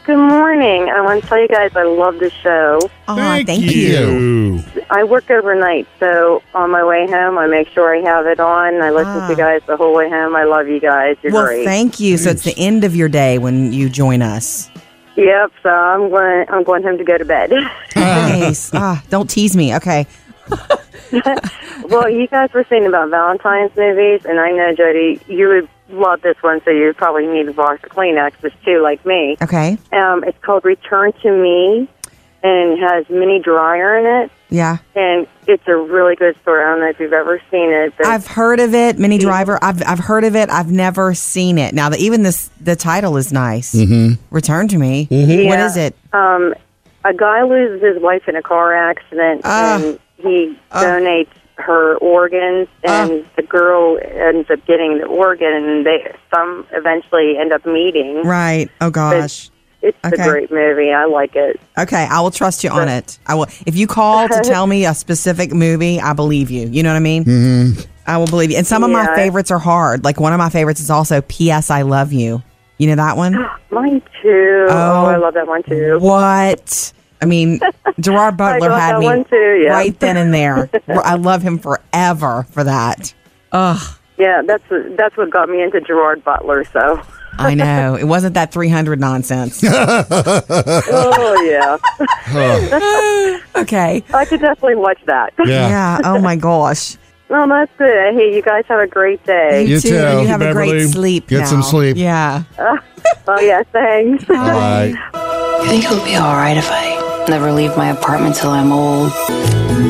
Speaker 12: Good morning. I want to tell you guys I love the show.
Speaker 2: Oh, thank, you.
Speaker 12: I work overnight, so on my way home, I make sure I have it on. I listen to you guys the whole way home. I love you guys. You're
Speaker 2: Well,
Speaker 12: great.
Speaker 2: thank you. So it's the end of your day when you join us.
Speaker 12: Yep. So I'm going. I'm going home to go to bed.
Speaker 2: Nice. ah, don't tease me. Okay.
Speaker 12: well, you guys were saying about Valentine's movies, and I know Jody, you would love this one, so you probably need a box of Kleenex, but too, like me.
Speaker 2: Okay.
Speaker 12: Um, it's called Return to Me, and it has Minnie Dryer in it,
Speaker 2: Yeah.
Speaker 12: and it's a really good story. I don't know if you've ever seen it, but
Speaker 2: I've heard of it, Mini Driver. I've I've heard of it. I've never seen it. Now, the, even this the title is nice. Mm-hmm. Return to me. What
Speaker 12: Yeah.
Speaker 2: is it?
Speaker 12: Um, a guy loses his wife in a car accident,
Speaker 2: Ah.
Speaker 12: and he donates her organs,
Speaker 2: Ah.
Speaker 12: and the girl ends up getting the organ, and they some eventually end up meeting.
Speaker 2: Right. Oh gosh.
Speaker 12: It's
Speaker 2: Okay.
Speaker 12: a great movie. I like it.
Speaker 2: Okay, I will trust you on it. I will. If you call to tell me a specific movie, I believe you. You know what I mean? Mm-hmm. I will believe you. And some of my
Speaker 12: Yeah.
Speaker 2: favorites are hard. Like one of my favorites is also "P.S. I Love You." You know that one?
Speaker 12: Mine too. Oh, I love that one too.
Speaker 2: What? I mean, Gerard Butler
Speaker 12: love
Speaker 2: had
Speaker 12: that
Speaker 2: me
Speaker 12: one too, yeah.
Speaker 2: right then and there. I love him forever for that. Ugh,
Speaker 12: Yeah, that's that's what got me into Gerard Butler. So.
Speaker 2: I know. It wasn't that 300 nonsense.
Speaker 12: oh yeah.
Speaker 2: okay.
Speaker 12: I could definitely watch that.
Speaker 2: Yeah. Oh my gosh.
Speaker 12: No, that's good. Hey, you guys have a great day.
Speaker 3: You You too. too.
Speaker 2: You
Speaker 3: Thank you,
Speaker 2: have a great
Speaker 3: Beverly.
Speaker 2: sleep.
Speaker 3: Get some
Speaker 2: now.
Speaker 3: sleep.
Speaker 2: Yeah.
Speaker 12: Oh yeah, thanks.
Speaker 3: Bye.
Speaker 13: I think it'll be alright if I never leave my apartment till I'm old.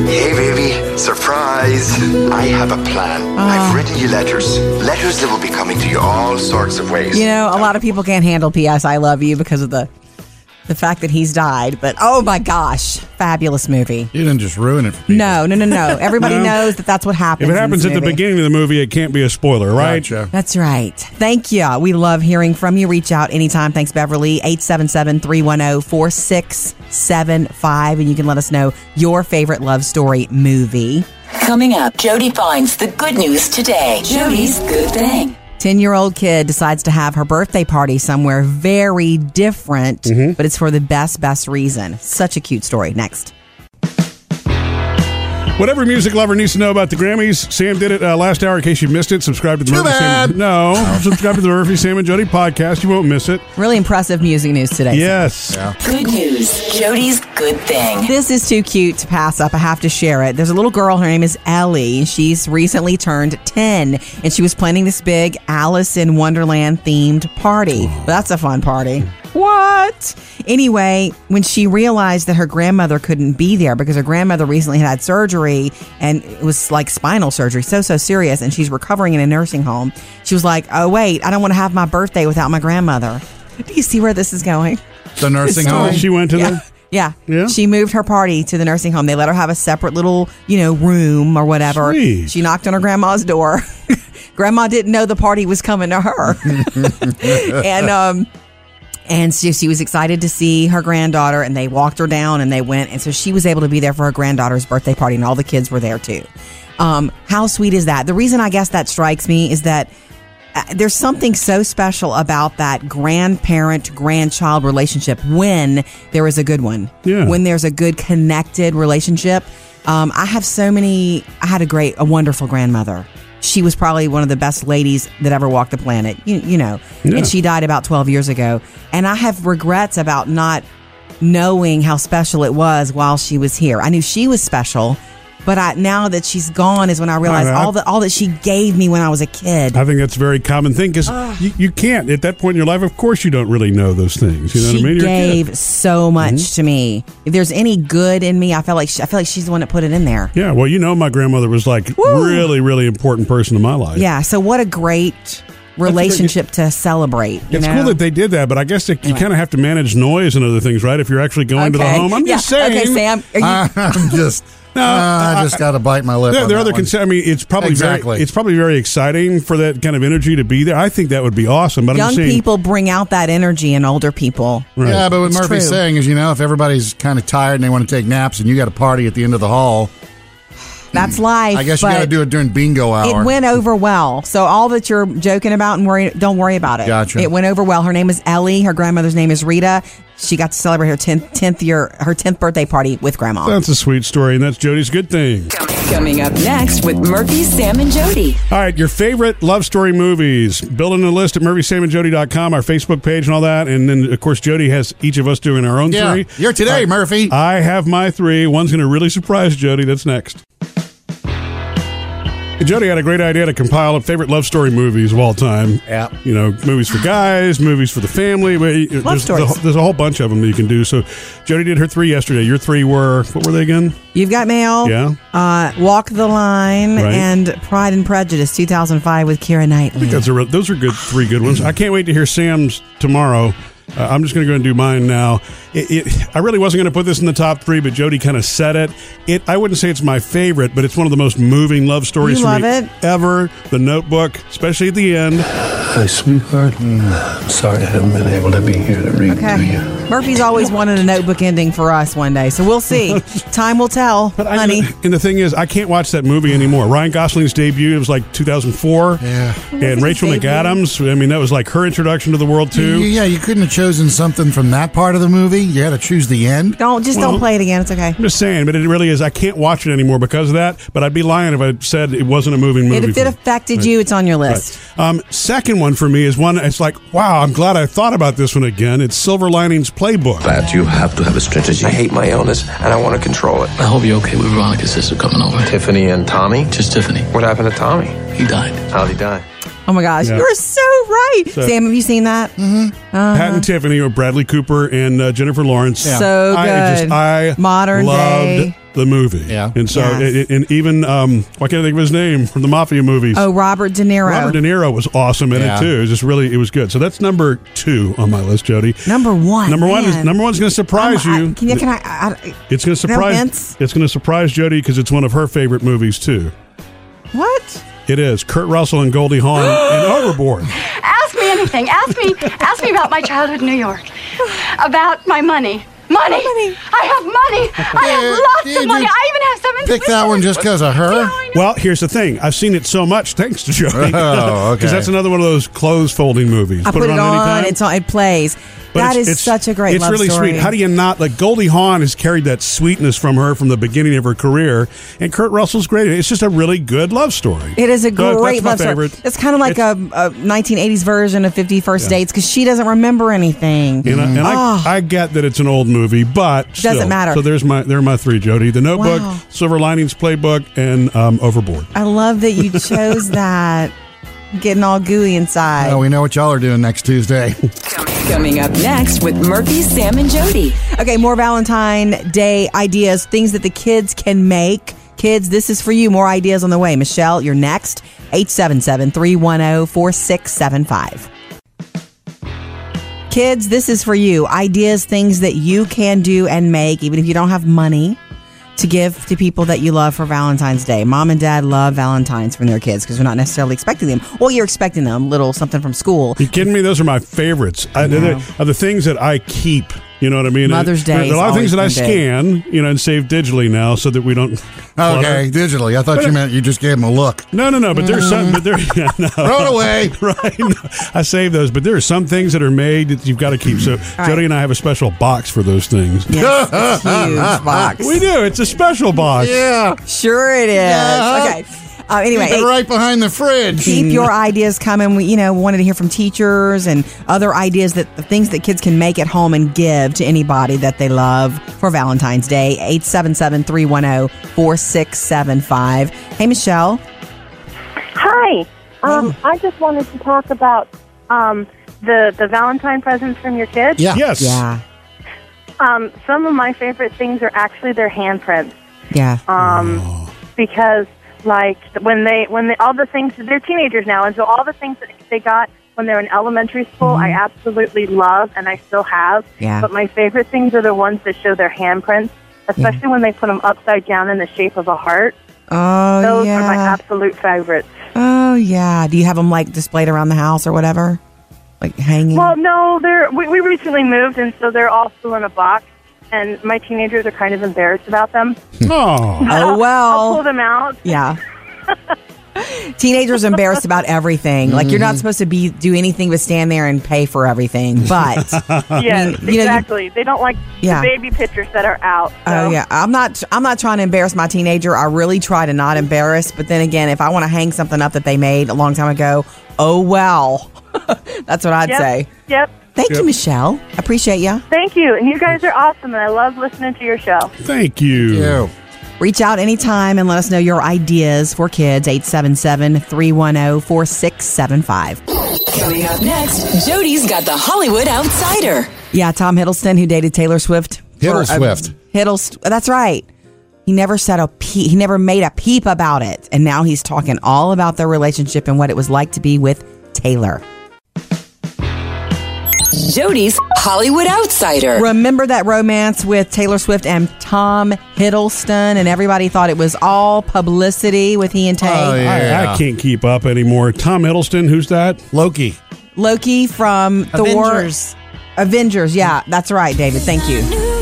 Speaker 14: Hey, baby, surprise! I have a plan. I've written you letters. Letters that will be coming to you all sorts of ways.
Speaker 2: You know, a lot of people can't handle PS I love you because of the the fact that he's died, but oh my gosh, fabulous movie.
Speaker 3: You didn't just ruin it.
Speaker 2: No, no, no, no. Everybody
Speaker 1: No.
Speaker 2: knows that that's what happens.
Speaker 1: If it
Speaker 2: in
Speaker 1: happens
Speaker 2: this
Speaker 1: at the
Speaker 2: movie.
Speaker 1: beginning of the movie, it can't be a spoiler, right?
Speaker 2: That's right. Thank you. We love hearing from you. Reach out anytime. Thanks, Beverly. 877 310 4675. And you can let us know your favorite love story movie.
Speaker 4: Coming up, Jody finds the good news today. Jody's good thing.
Speaker 2: 10 year old kid decides to have her birthday party somewhere very different,
Speaker 1: Mm-hmm.
Speaker 2: but it's for the best, best reason. Such a cute story. Next.
Speaker 1: Whatever music lover needs to know about the Grammys, Sam did it uh, last hour. In case you missed it, subscribe to the
Speaker 2: Too
Speaker 1: Murphy
Speaker 2: bad.
Speaker 1: Sam. No, subscribe to the Murphy Sam and Jody podcast. You won't miss it.
Speaker 2: Really impressive music news today.
Speaker 1: Yes.
Speaker 4: Good news. Jody's good thing.
Speaker 2: This is too cute to pass up. I have to share it. There's a little girl. Her name is Ellie. She's recently turned 10, and she was planning this big Alice in Wonderland themed party. That's a fun party. What? Anyway, when she realized that her grandmother couldn't be there because her grandmother recently had had surgery and it was like spinal surgery, so, so serious, and she's recovering in a nursing home, she was like, oh, wait, I don't want to have my birthday without my grandmother. Do you see where this is going?
Speaker 3: The nursing
Speaker 2: It's
Speaker 3: home.
Speaker 2: fine. yeah. Yeah. She moved her party to the nursing home. They let her have a separate little, you know, room or whatever.
Speaker 3: Sweet.
Speaker 2: She knocked on her grandma's door. Grandma didn't know the party was coming to her. and um and so she was excited to see her granddaughter and they walked her down and they went and so she was able to be there for her granddaughter's birthday party and all the kids were there too um, how sweet is that the reason i guess that strikes me is that uh, there's something so special about that grandparent grandchild relationship when there is a good one
Speaker 15: Yeah.
Speaker 2: when there's a good connected relationship um, i have so many i had a great a wonderful grandmother she was probably one of the best ladies that ever walked the planet you, you know
Speaker 15: Yeah.
Speaker 2: and she died about 12 years ago and i have regrets about not knowing how special it was while she was here i knew she was special but I, now that she's gone is when i realized
Speaker 1: no, I-
Speaker 2: all, the, all that she gave me when i was a kid
Speaker 1: I think that's a very common thing because you, you can't at that point in your life. Of course, you don't really know those things. You know
Speaker 2: she
Speaker 1: what I mean? You're Mm-hmm. a kid.
Speaker 2: gave so much to me. If there's any good in me, I feel like she, I feel like she's the one that put it in there.
Speaker 1: Yeah. Well, you know, my grandmother was like really, really important person in my life.
Speaker 2: Yeah. So what a great relationship to celebrate. you
Speaker 1: It's
Speaker 2: know?
Speaker 1: cool that they did that, but I guess that you kind of have to manage noise and other things, right? If you're actually going to the
Speaker 2: Okay.
Speaker 1: home, I'm just
Speaker 2: Yeah.
Speaker 1: saying.
Speaker 2: Okay, Sam, are you-
Speaker 3: I'm just.
Speaker 1: No,
Speaker 3: I
Speaker 1: I-
Speaker 3: just got to bite my lip.
Speaker 1: Yeah,
Speaker 3: on
Speaker 1: there are
Speaker 3: that
Speaker 1: other
Speaker 3: one.
Speaker 1: concerns. I mean, it's probably
Speaker 3: Exactly.
Speaker 1: very, it's probably very exciting for that kind of energy to be there. I think that would be awesome. But I'm
Speaker 2: Young
Speaker 1: saying,
Speaker 2: people bring out that energy in older people.
Speaker 3: Yeah, but what
Speaker 2: It's
Speaker 3: Murphy's
Speaker 2: true.
Speaker 3: saying is, you know, if everybody's kind of tired and they want to take naps, and you got a party at the end of the hall,
Speaker 2: that's
Speaker 1: Mm.
Speaker 2: life.
Speaker 3: I guess you got to
Speaker 2: but
Speaker 3: do it during bingo hour.
Speaker 2: It went over well. So all that you're joking about and worrying, don't worry about it.
Speaker 3: Gotcha.
Speaker 2: It went over well. Her name is Ellie. Her grandmother's name is Rita. she got to celebrate her 10th, 10th year, her 10th birthday party with grandma.
Speaker 1: That's a sweet story, and that's Jody's good thing.
Speaker 4: Coming up next with Murphy, Sam, and Jody.
Speaker 1: All right, your favorite love story movies. Building a list at murphysamandjody.com, our Facebook page and all that. And then, of course, Jody has each of us doing our own
Speaker 3: Yeah,
Speaker 1: three.
Speaker 3: you're today, Murphy.
Speaker 1: I have my three. One's going to really surprise Jody. That's next. Jody had a great idea to compile of favorite love story movies of all time.
Speaker 3: Yeah.
Speaker 1: You know, movies for guys, movies for the family. We- there's, the-
Speaker 2: stories.
Speaker 1: there's a whole bunch of them that you can do. So Jody did her three yesterday. Your three were, what were they again?
Speaker 2: You've got mail.
Speaker 1: Yeah.
Speaker 2: Uh, Walk the Line
Speaker 1: Right.
Speaker 2: and Pride and Prejudice 2005 with Kira
Speaker 1: I
Speaker 2: Knightley.
Speaker 1: think that's a real, those are good three good ones. I can't wait to hear Sam's tomorrow. Uh, I'm just going to go and do mine now. It, it, I really wasn't going to put this in the top three, but Jody kind of said it. It I wouldn't say it's my favorite, but it's one of the most moving love stories
Speaker 2: You
Speaker 1: for
Speaker 2: love
Speaker 1: me
Speaker 2: it?
Speaker 1: ever. The Notebook, especially at the end.
Speaker 15: Hey, sweetheart. Mm, I'm sorry I haven't been able to be here to read to
Speaker 2: Okay.
Speaker 15: you.
Speaker 2: Murphy's always wanted a notebook ending for us one day, so we'll see. Time will tell, honey.
Speaker 1: And the thing is, I can't watch that movie anymore. Ryan Gosling's debut it was like 2004. Yeah, and Rachel
Speaker 2: debut?
Speaker 1: McAdams. I mean, that was like her introduction to the world
Speaker 3: You-
Speaker 1: too.
Speaker 3: yeah, you couldn't have chosen something from that part of the movie. You had to choose the end.
Speaker 2: Don't just
Speaker 1: Well-
Speaker 2: don't play it again. It's okay.
Speaker 1: I'm just saying, but it really is. I can't watch it anymore because of that. But I'd be lying if I said it wasn't a moving movie.
Speaker 2: It, if
Speaker 1: for
Speaker 2: it
Speaker 1: me.
Speaker 2: affected
Speaker 1: Right.
Speaker 2: you, it's on your list.
Speaker 1: Right. Um, second one for me is one. It's like, wow, I'm glad I thought about this one again. It's Silver Linings
Speaker 2: Uh-huh.
Speaker 1: Playbook.
Speaker 15: That you have to have a strategy. I hate my illness and I want to control it. I hope you're okay with Veronica's sister coming over. Tiffany and Tommy? Just Tiffany. What happened to Tommy? He died. How'd he die?
Speaker 2: Oh my gosh,
Speaker 1: Yeah.
Speaker 2: you're so right,
Speaker 1: So- Hmm.
Speaker 2: Sam. Have you seen that? Mm-hmm.
Speaker 1: Pat and Tiffany or Bradley Cooper and uh, Jennifer Lawrence.
Speaker 2: Yeah. So
Speaker 1: I
Speaker 2: good.
Speaker 1: I
Speaker 2: Modern
Speaker 1: loved
Speaker 2: day.
Speaker 1: the movie. Yeah, and so
Speaker 2: Yes.
Speaker 1: it, it- and even um, why can't I think of his name from the mafia movies?
Speaker 2: Oh, Robert De Niro.
Speaker 1: Robert De Niro was awesome in
Speaker 3: Yeah.
Speaker 1: it too. It was just really, it was good. So that's number two on my list, Jody.
Speaker 2: number one.
Speaker 1: Number one is
Speaker 2: man.
Speaker 1: number one's going to surprise
Speaker 2: I-
Speaker 1: you.
Speaker 2: can you? Can I? I,
Speaker 1: It's going to
Speaker 2: No
Speaker 1: surprise.
Speaker 2: hints?
Speaker 1: it's going to surprise Jody because it's one of her favorite movies too.
Speaker 2: I what?
Speaker 1: It is Kurt Russell and Goldie Hawn and Overboard.
Speaker 16: Ask me anything. Ask me. ask me about my childhood in New York. About my money. Money. I have money. I
Speaker 3: Yeah,
Speaker 16: have lots
Speaker 3: yeah,
Speaker 16: of money.
Speaker 3: dude.
Speaker 16: I even have some in
Speaker 3: Pick that one just because of her.
Speaker 1: Well, here's the thing. I've seen it so much thanks to Jody.
Speaker 3: Oh, okay.
Speaker 1: Because that's another one of those clothes folding movies.
Speaker 2: I put, it
Speaker 1: anytime.
Speaker 2: on. It's on. It plays. that is such a great.
Speaker 1: It's
Speaker 2: love
Speaker 1: really
Speaker 2: story.
Speaker 1: sweet. How do you not like Goldie Hawn has carried that sweetness from her from the beginning of her career, and Kurt Russell's great. It's just a really good love story.
Speaker 2: It is a
Speaker 1: So
Speaker 2: great
Speaker 1: that's my
Speaker 2: love
Speaker 1: favorite.
Speaker 2: story. It's kind of like a, a 1980s version of 51st Dates because she doesn't remember anything.
Speaker 1: And, I, and
Speaker 2: Ah,
Speaker 1: I, I get that it's an old movie, but
Speaker 2: Doesn't
Speaker 1: still.
Speaker 2: matter.
Speaker 1: So there's my there are my three: Jody, The Notebook,
Speaker 2: Wow.
Speaker 1: Silver Linings Playbook, and um, Overboard.
Speaker 2: I love that you chose that. Getting all gooey inside.
Speaker 3: Oh, we know what y'all are doing next Tuesday.
Speaker 4: Coming up next with Murphy, Sam, and Jody.
Speaker 2: Okay, more Valentine Day ideas, things that the kids can make. Kids, this is for you. More ideas on the way. Michelle, you're next. 877 310 4675. Kids, this is for you. Ideas, things that you can do and make, even if you don't have money to give to people that you love for Valentine's Day. Mom and dad love Valentine's from their kids because we're not necessarily expecting them. Well, you're expecting them, little something from school.
Speaker 1: You kidding me? Those are my favorites. I, they're the- are the things that I keep. You know what I mean?
Speaker 2: Mother's
Speaker 1: There-
Speaker 2: Day
Speaker 1: There are a lot of things
Speaker 2: has
Speaker 1: that I
Speaker 2: always been
Speaker 1: scan, you know, and save digitally now, so that we don't.
Speaker 3: Okay,
Speaker 1: clutter.
Speaker 3: digitally. I thought you meant you just gave him a look.
Speaker 1: No, no, no. But there's some. But there. Yeah, no.
Speaker 3: Throw it away.
Speaker 1: right. No, I save those, but there are some things that are made that you've got to keep. So Jody and I have a special box for those things.
Speaker 2: Yes, it's a huge box.
Speaker 1: We do. It's a special box.
Speaker 3: Yeah.
Speaker 2: Sure it is.
Speaker 3: Yeah.
Speaker 2: Okay. Uh, anyway,
Speaker 3: Keep it right behind the fridge.
Speaker 2: keep your ideas coming. We, you know, wanted to hear from teachers and other ideas that the things that kids can make at home and give to anybody that they love for Valentine's Day. 877 310 4675. Hey, Michelle.
Speaker 17: Hi. Um, I just wanted to talk about um, the the Valentine presents from your kids.
Speaker 1: Yes.
Speaker 2: Yeah.
Speaker 17: Um, some of my favorite things are actually their handprints.
Speaker 2: Yeah.
Speaker 17: Um,
Speaker 2: Oh.
Speaker 17: because like when they when they all the things they're teenagers now, and so all the things that they got when they were in elementary school, I absolutely love and I still have.
Speaker 2: Mm-hmm. Yeah.
Speaker 17: But my favorite things are the ones that show their handprints, especially when they put them upside down in the shape of a heart.
Speaker 2: Oh,
Speaker 17: Those
Speaker 2: yeah.
Speaker 17: are my absolute favorites.
Speaker 2: oh, yeah. Do you have them like displayed around the house or whatever? Like hanging?
Speaker 17: Well, no, they're we, we recently moved, and so they're all still in a box. And my teenagers are kind of embarrassed about them.
Speaker 1: Oh.
Speaker 2: oh,
Speaker 17: I'll
Speaker 2: well.
Speaker 17: pull them out.
Speaker 2: Yeah. Teenagers are embarrassed about everything. Like you're not supposed to be do anything but stand there and pay for everything. But uh, I
Speaker 17: Yes,
Speaker 2: mean, you know, you-
Speaker 17: exactly. they don't like
Speaker 2: Yeah.
Speaker 17: the baby pictures that are out.
Speaker 2: Oh yeah, I'm not. I'm not trying to embarrass my teenager. I really try to not embarrass. But then again, if I want to hang something up that they made a long time ago, oh well. That's what I'd
Speaker 17: Yep,
Speaker 2: say.
Speaker 17: Yep.
Speaker 2: Thank you, Michelle. Appreciate you.
Speaker 17: Thank you. And you guys are awesome, and I love listening to your show.
Speaker 1: Thank you.
Speaker 2: Reach out anytime and let us know your ideas for kids. 877-310-4675.
Speaker 4: Coming up next, Jody's got the Hollywood Outsider.
Speaker 2: Yeah, Tom Hiddleston, who dated Taylor Swift.
Speaker 3: Hiddle
Speaker 2: For, uh,
Speaker 3: Swift.
Speaker 2: Hiddlest- That's right. He never said a peep. He never made a peep about it. And now he's talking all about their relationship and what it was like to be with Taylor.
Speaker 4: Jody's Hollywood Outsider.
Speaker 2: Remember that romance with Taylor Swift and Tom Hiddleston, and everybody thought it was all publicity with he and Tay.
Speaker 3: Oh,
Speaker 1: I, I can't keep up anymore. Tom Hiddleston, who's that?
Speaker 3: Loki.
Speaker 2: Loki from
Speaker 6: Avengers.
Speaker 2: Thor. Avengers, yeah, that's right, David. Thank you.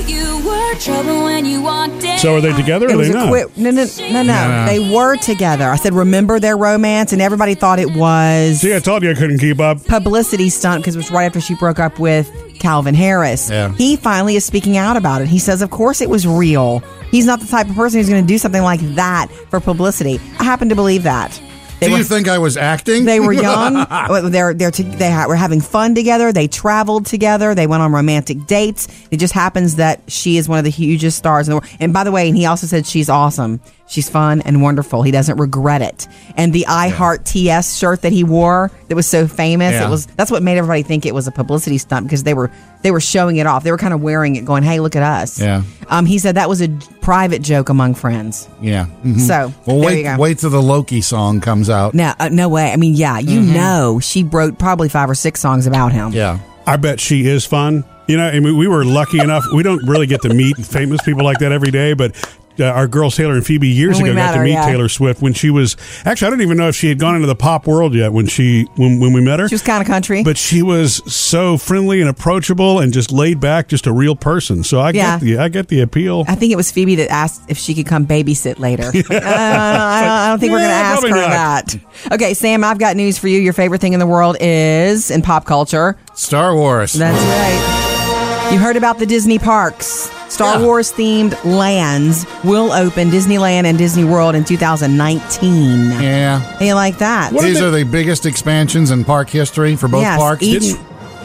Speaker 10: You were trouble when you walked in.
Speaker 1: So are they together? Or
Speaker 2: It
Speaker 1: are
Speaker 2: was
Speaker 1: they
Speaker 2: a
Speaker 1: not?
Speaker 2: quick. No, no, no, no,
Speaker 1: No.
Speaker 2: They were together. I said, remember their romance, and everybody thought it was
Speaker 1: See, I told you I couldn't keep up.
Speaker 2: publicity stunt because it was right after she broke up with Calvin Harris.
Speaker 1: Yeah.
Speaker 2: He finally is speaking out about it. He says, of course it was real. He's not the type of person who's going to do something like that for publicity. I happen to believe that.
Speaker 3: Do you think I was acting?
Speaker 2: They were young. Well, they're they're to, they ha- were having fun together. They traveled together. They went on romantic dates. It just happens that she is one of the hugest stars in the world. And by the way, and he also said she's awesome. She's fun and wonderful. He doesn't regret it. And the I Heart TS shirt that he wore that was so famous.
Speaker 10: Yeah.
Speaker 2: It was that's what made everybody think it was a publicity stunt because they were they were showing it off. They were kind of wearing it, going, "Hey, look at us."
Speaker 3: Yeah.
Speaker 2: Um, he said that was a j- private joke among friends.
Speaker 3: Yeah. mhm.
Speaker 2: So,
Speaker 3: well,
Speaker 2: there
Speaker 3: wait,
Speaker 2: you go.
Speaker 3: wait till the Loki song comes out.
Speaker 2: No, uh, no way. I mean, yeah, you know, she wrote probably five or six songs about him.
Speaker 3: Yeah.
Speaker 1: I bet she is fun. You know, I mean, we were lucky enough. We don't really get to meet famous people like that every day, but. Uh, our girls Taylor and Phoebe years
Speaker 2: When we
Speaker 1: ago
Speaker 2: met
Speaker 1: got to
Speaker 2: her,
Speaker 1: meet
Speaker 2: yeah.
Speaker 1: Taylor Swift when she was actually I don't even know if she had gone into the pop world yet when she when, when we met her
Speaker 2: She was kind of country.
Speaker 1: but she was so friendly and approachable and just laid back just a real person so I
Speaker 2: Yeah.
Speaker 1: get the I get the appeal
Speaker 2: I think it was Phoebe that asked if she could come babysit later. Like, uh, I, don't, I don't think we're going to
Speaker 10: Yeah,
Speaker 2: ask her
Speaker 10: probably not.
Speaker 2: that. Okay, Sam, I've got news for you. Your favorite thing in the world is in pop culture.
Speaker 3: Star Wars.
Speaker 2: That's right. You heard about the Disney parks. Star Wars themed lands will open Disneyland and Disney World in 2019.
Speaker 3: Yeah.
Speaker 2: How you like that?
Speaker 3: These are the biggest expansions in park history for both
Speaker 2: yes,
Speaker 3: parks.
Speaker 2: Each,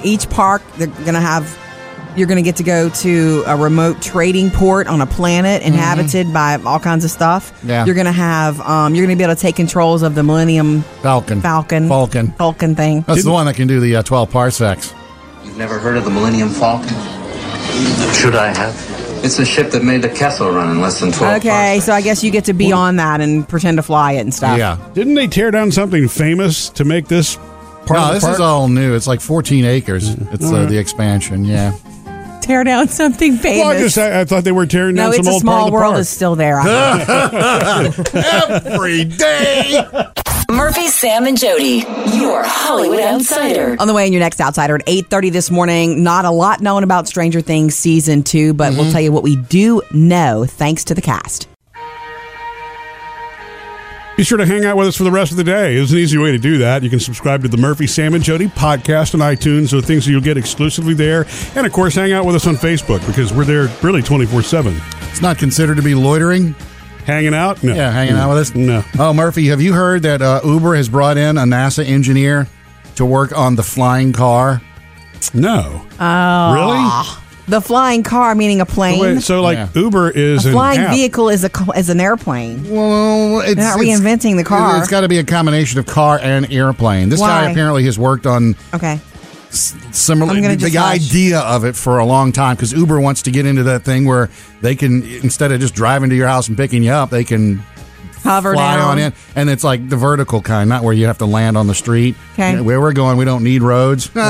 Speaker 2: each park, they're going to have, you're going to get to go to a remote trading port on a planet
Speaker 1: Mm-hmm.
Speaker 2: inhabited by all kinds of stuff.
Speaker 3: Yeah.
Speaker 2: You're going to have, um, you're going to be able to take controls of the Millennium
Speaker 3: Falcon.
Speaker 2: Falcon.
Speaker 3: Falcon.
Speaker 2: Falcon thing.
Speaker 3: That's the one that can do the uh, 12 parsecs.
Speaker 5: You've never heard of the Millennium Falcon? Should I have? It's a ship that made the Kessel run in less than 12
Speaker 2: Okay, so I guess you get to be on that and pretend to fly it and stuff.
Speaker 1: didn't they tear down something famous to make this part of
Speaker 3: no,
Speaker 1: the
Speaker 3: this
Speaker 1: park?
Speaker 3: is all new. It's like 14 acres. It's uh,
Speaker 1: Alright.
Speaker 3: the expansion. Yeah.
Speaker 2: Tear down something famous.
Speaker 1: well I just I, I thought they were tearing
Speaker 2: no,
Speaker 1: down
Speaker 2: it's
Speaker 1: some
Speaker 2: a
Speaker 1: old
Speaker 2: small
Speaker 1: part of the
Speaker 2: world
Speaker 1: park.
Speaker 2: is still there. I think.
Speaker 3: Every day.
Speaker 4: Murphy, Sam, and Jody, your Hollywood Outsider.
Speaker 2: On the way in your next outsider at 8:30 this morning. Not a lot known about Stranger Things season 2, but
Speaker 3: Mm-hmm.
Speaker 2: we'll tell you what we do know thanks to the cast.
Speaker 1: Be sure to hang out with us for the rest of the day. It's an easy way to do that. You can subscribe to the Murphy, Sam, and Jody podcast on iTunes, so things that you'll get exclusively there. And of course, hang out with us on Facebook because we're there really 24 7.
Speaker 3: It's not considered to be loitering.
Speaker 1: Hanging out? No.
Speaker 3: Yeah, hanging out with us?
Speaker 1: No.
Speaker 3: Oh, Murphy, have you heard that uh, Uber has brought in a NASA engineer to work on the flying car?
Speaker 1: No.
Speaker 2: Oh. Really? The flying car meaning a plane.
Speaker 1: Wait, so, like, Uber is
Speaker 2: a
Speaker 1: an
Speaker 2: flying
Speaker 1: app.
Speaker 2: vehicle is a co- is an airplane.
Speaker 3: Well, it's
Speaker 2: not
Speaker 3: it's-
Speaker 2: reinventing the car.
Speaker 3: It's got to be a combination of car and airplane. This
Speaker 2: Why?
Speaker 3: guy apparently has worked on
Speaker 2: okay.
Speaker 3: similar
Speaker 2: I'm gonna
Speaker 3: the,
Speaker 2: just hush.
Speaker 3: idea of it for a long time because Uber wants to get into that thing where they can instead of just driving to your house and picking you up, they can
Speaker 2: Hover
Speaker 3: fly
Speaker 2: down.
Speaker 3: on in, and it's like the vertical kind, not where you have to land on the street.
Speaker 2: Okay.
Speaker 3: where we're going, we don't need roads.
Speaker 1: so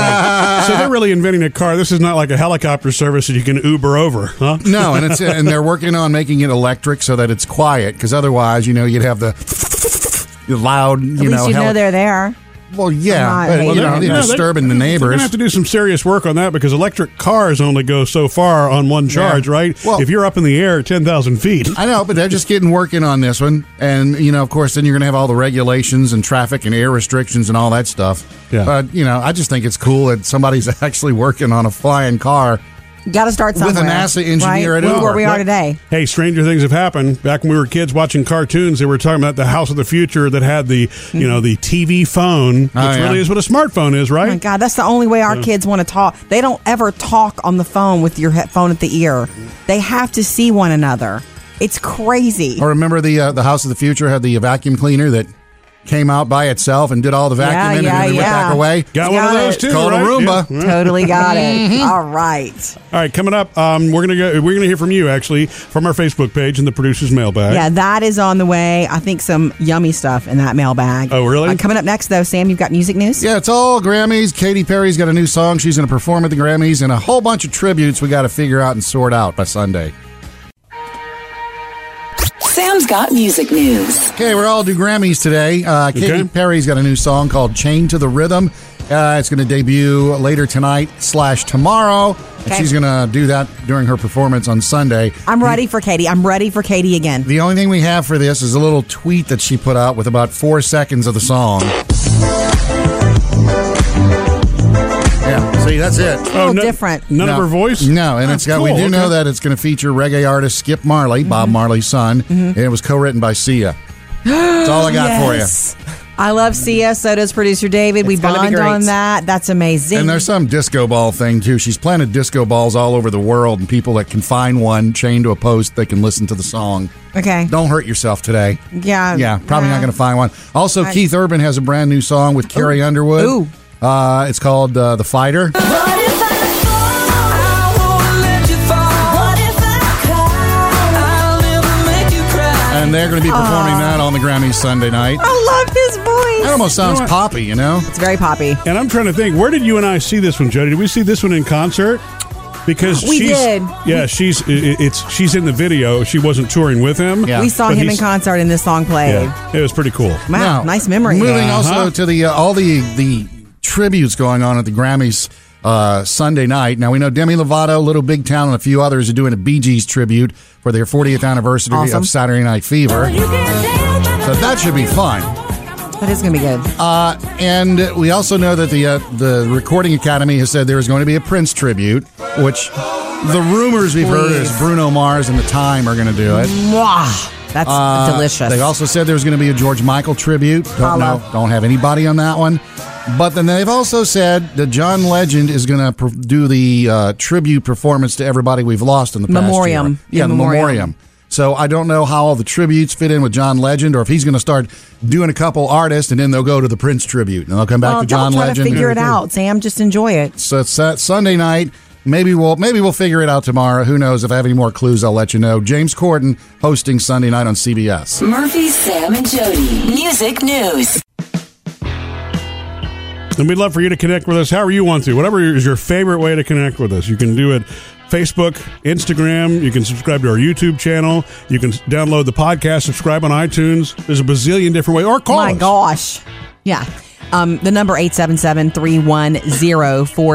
Speaker 1: they're really inventing a car. This is not like a helicopter service that you can Uber over, huh?
Speaker 3: No, and it's and they're working on making it electric so that it's quiet because otherwise, you know, you'd have the. Loud, you
Speaker 2: At least
Speaker 3: know,
Speaker 2: you
Speaker 3: heli-
Speaker 2: know they're there.
Speaker 3: Well, yeah,
Speaker 1: Not
Speaker 3: but
Speaker 1: hating
Speaker 3: you know,
Speaker 1: it.
Speaker 3: you're
Speaker 1: No, they-
Speaker 3: disturbing the
Speaker 1: They're gonna
Speaker 3: neighbors.
Speaker 1: have to do some serious work on that because electric cars only go so far on one charge, right?
Speaker 3: Well-
Speaker 1: if you're up in the air at ten thousand feet,
Speaker 3: I know, but they're just getting working on this one, and you know, of course, then you're going to have all the regulations and traffic and air restrictions and all that stuff.
Speaker 1: Yeah.
Speaker 3: But you know, I just think it's cool that somebody's actually working on a flying car.
Speaker 2: Got to start
Speaker 3: With a
Speaker 2: somewhere.
Speaker 3: NASA engineer
Speaker 2: right?
Speaker 3: at
Speaker 2: Look where
Speaker 3: Uber.
Speaker 2: we are
Speaker 3: What-
Speaker 2: today.
Speaker 1: Hey, stranger things have happened. Back when we were kids watching cartoons, they were talking about the house of the future that had the, you know, the TV phone, which
Speaker 3: Oh, yeah.
Speaker 1: really is what a smartphone is, right?
Speaker 2: Oh My God, that's the only way our
Speaker 3: Mm.
Speaker 1: Yeah.
Speaker 2: kids want to talk. They don't ever talk on the phone with your he- phone at the ear. They have to see one another. It's crazy.
Speaker 3: Or remember the uh, the House of the Future had the vacuum cleaner that came out by itself and did all the vacuuming
Speaker 2: yeah,
Speaker 3: and then it went
Speaker 2: yeah.
Speaker 3: back away.
Speaker 1: Got one of those too,
Speaker 3: Called
Speaker 1: right?
Speaker 3: a Roomba.
Speaker 1: Yeah.
Speaker 2: Totally got it.
Speaker 1: Mhm.
Speaker 2: All right.
Speaker 1: All right, coming up, um, we're gonna go. We're gonna hear from you actually from our Facebook page and the producers' mailbag.
Speaker 2: Yeah, that is on the way. I think some yummy stuff in that mailbag.
Speaker 1: Oh, really?
Speaker 2: Uh, coming up next, though, Sam, you've got music news?
Speaker 3: Yeah, it's all Grammys. Katy Perry's got a new song she's going to perform at the Grammys, and a whole bunch of tributes we got to figure out and sort out by Sunday.
Speaker 4: Sam's got music news.
Speaker 3: Okay, we're all do Grammys today. Uh, Katy Perry's got a new song called "Chain to the Rhythm." Uh, it's going to debut later tonight slash tomorrow, and
Speaker 2: Okay.
Speaker 3: she's going to do that during her performance on Sunday.
Speaker 2: I'm ready for Katie. I'm ready for Katie again.
Speaker 3: The only thing we have for this is a little tweet that she put out with about four seconds of the song. Yeah, see, that's it.
Speaker 2: A little different.
Speaker 1: Oh, None of her voice? Ah,
Speaker 3: No, and it's got. we
Speaker 1: cool,
Speaker 3: do know
Speaker 1: okay. Mm-hmm.
Speaker 3: that it's going to feature reggae artist Skip Marley, Bob Marley's son, and it was co-written by Sia. That's all I got for you.
Speaker 2: I love Sia. So does producer David. we
Speaker 6: It's gonna
Speaker 2: bond
Speaker 6: be great.
Speaker 2: on that. That's amazing.
Speaker 3: And there's some disco ball thing too. She's planted disco balls all over the world, and people that can find one chained to a post, they can listen to the song.
Speaker 2: okay.
Speaker 3: Don't hurt yourself today.
Speaker 2: Yeah.
Speaker 3: Yeah, probably not
Speaker 2: Uh,
Speaker 3: going to find one. Also,
Speaker 2: I-
Speaker 3: Keith Urban has a brand new song with Carrie Underwood.
Speaker 2: Ooh.
Speaker 3: Uh, it's called uh, The Fighter. And they're going to be performing
Speaker 2: Aw.
Speaker 3: that on the Grammys Sunday night.
Speaker 2: I love his voice.
Speaker 3: That almost sounds
Speaker 1: You know what?
Speaker 3: poppy, you know?
Speaker 2: It's very poppy.
Speaker 1: And I'm trying to think, where did you and I see this one, Jody? Did we see this one in concert? Because
Speaker 2: We
Speaker 1: she's,
Speaker 2: did.
Speaker 1: Yeah, she's i- i- it's she's in the video. She wasn't touring with him.
Speaker 3: Yeah.
Speaker 2: We saw
Speaker 1: But
Speaker 2: him in
Speaker 1: he's-
Speaker 2: concert and this song played.
Speaker 1: Yeah, it was pretty cool.
Speaker 2: Wow,
Speaker 3: Now,
Speaker 2: nice memory. Uh-huh.
Speaker 3: Moving
Speaker 2: there.
Speaker 3: also to the uh, all the the tributes going on at the Grammys uh, Sunday night. Now we know Demi Lovato, Little Big Town, and a few others are doing a Bee Gees tribute for their 40th anniversary
Speaker 2: Awesome.
Speaker 3: of Saturday Night Fever. So that should be fun.
Speaker 2: That is going to be good.
Speaker 3: Uh, and we also know that the uh, the Recording Academy has said there is going to be a Prince tribute, which the rumors we've heard is
Speaker 2: Please.
Speaker 3: Bruno Mars and the Time are going to do it.
Speaker 2: Mwah. That's
Speaker 3: Uh,
Speaker 2: delicious.
Speaker 3: They also said there was going to be a George Michael tribute. Don't
Speaker 2: Holla.
Speaker 3: know. Don't have anybody on that one. But then they've also said that John Legend is going to per- do the uh, tribute performance to everybody we've lost in the past
Speaker 2: Memoriam.
Speaker 3: year. Yeah,
Speaker 2: In
Speaker 3: the
Speaker 2: memoriam.
Speaker 3: memoriam. So I don't know how all the tributes fit in with John Legend, or if he's going to start doing a couple artists and then they'll go to the Prince tribute and they'll come back
Speaker 2: well,
Speaker 3: to John
Speaker 2: don't try
Speaker 3: Legend.
Speaker 2: to figure it out, Sam. Just enjoy it.
Speaker 3: So it's uh, Sunday night. Maybe we'll maybe we'll figure it out tomorrow. Who knows? If I have any more clues, I'll let you know. James Corden hosting Sunday night on CBS.
Speaker 4: Murphy, Sam, and Jody. Music news.
Speaker 1: And we'd love for you to connect with us however you want to. Whatever is your favorite way to connect with us. You can do it Facebook, Instagram. You can subscribe to our YouTube channel. You can s- download the podcast, subscribe on iTunes. There's a bazillion different ways. Or call
Speaker 2: My
Speaker 1: us.
Speaker 2: gosh. Yeah. Um, the number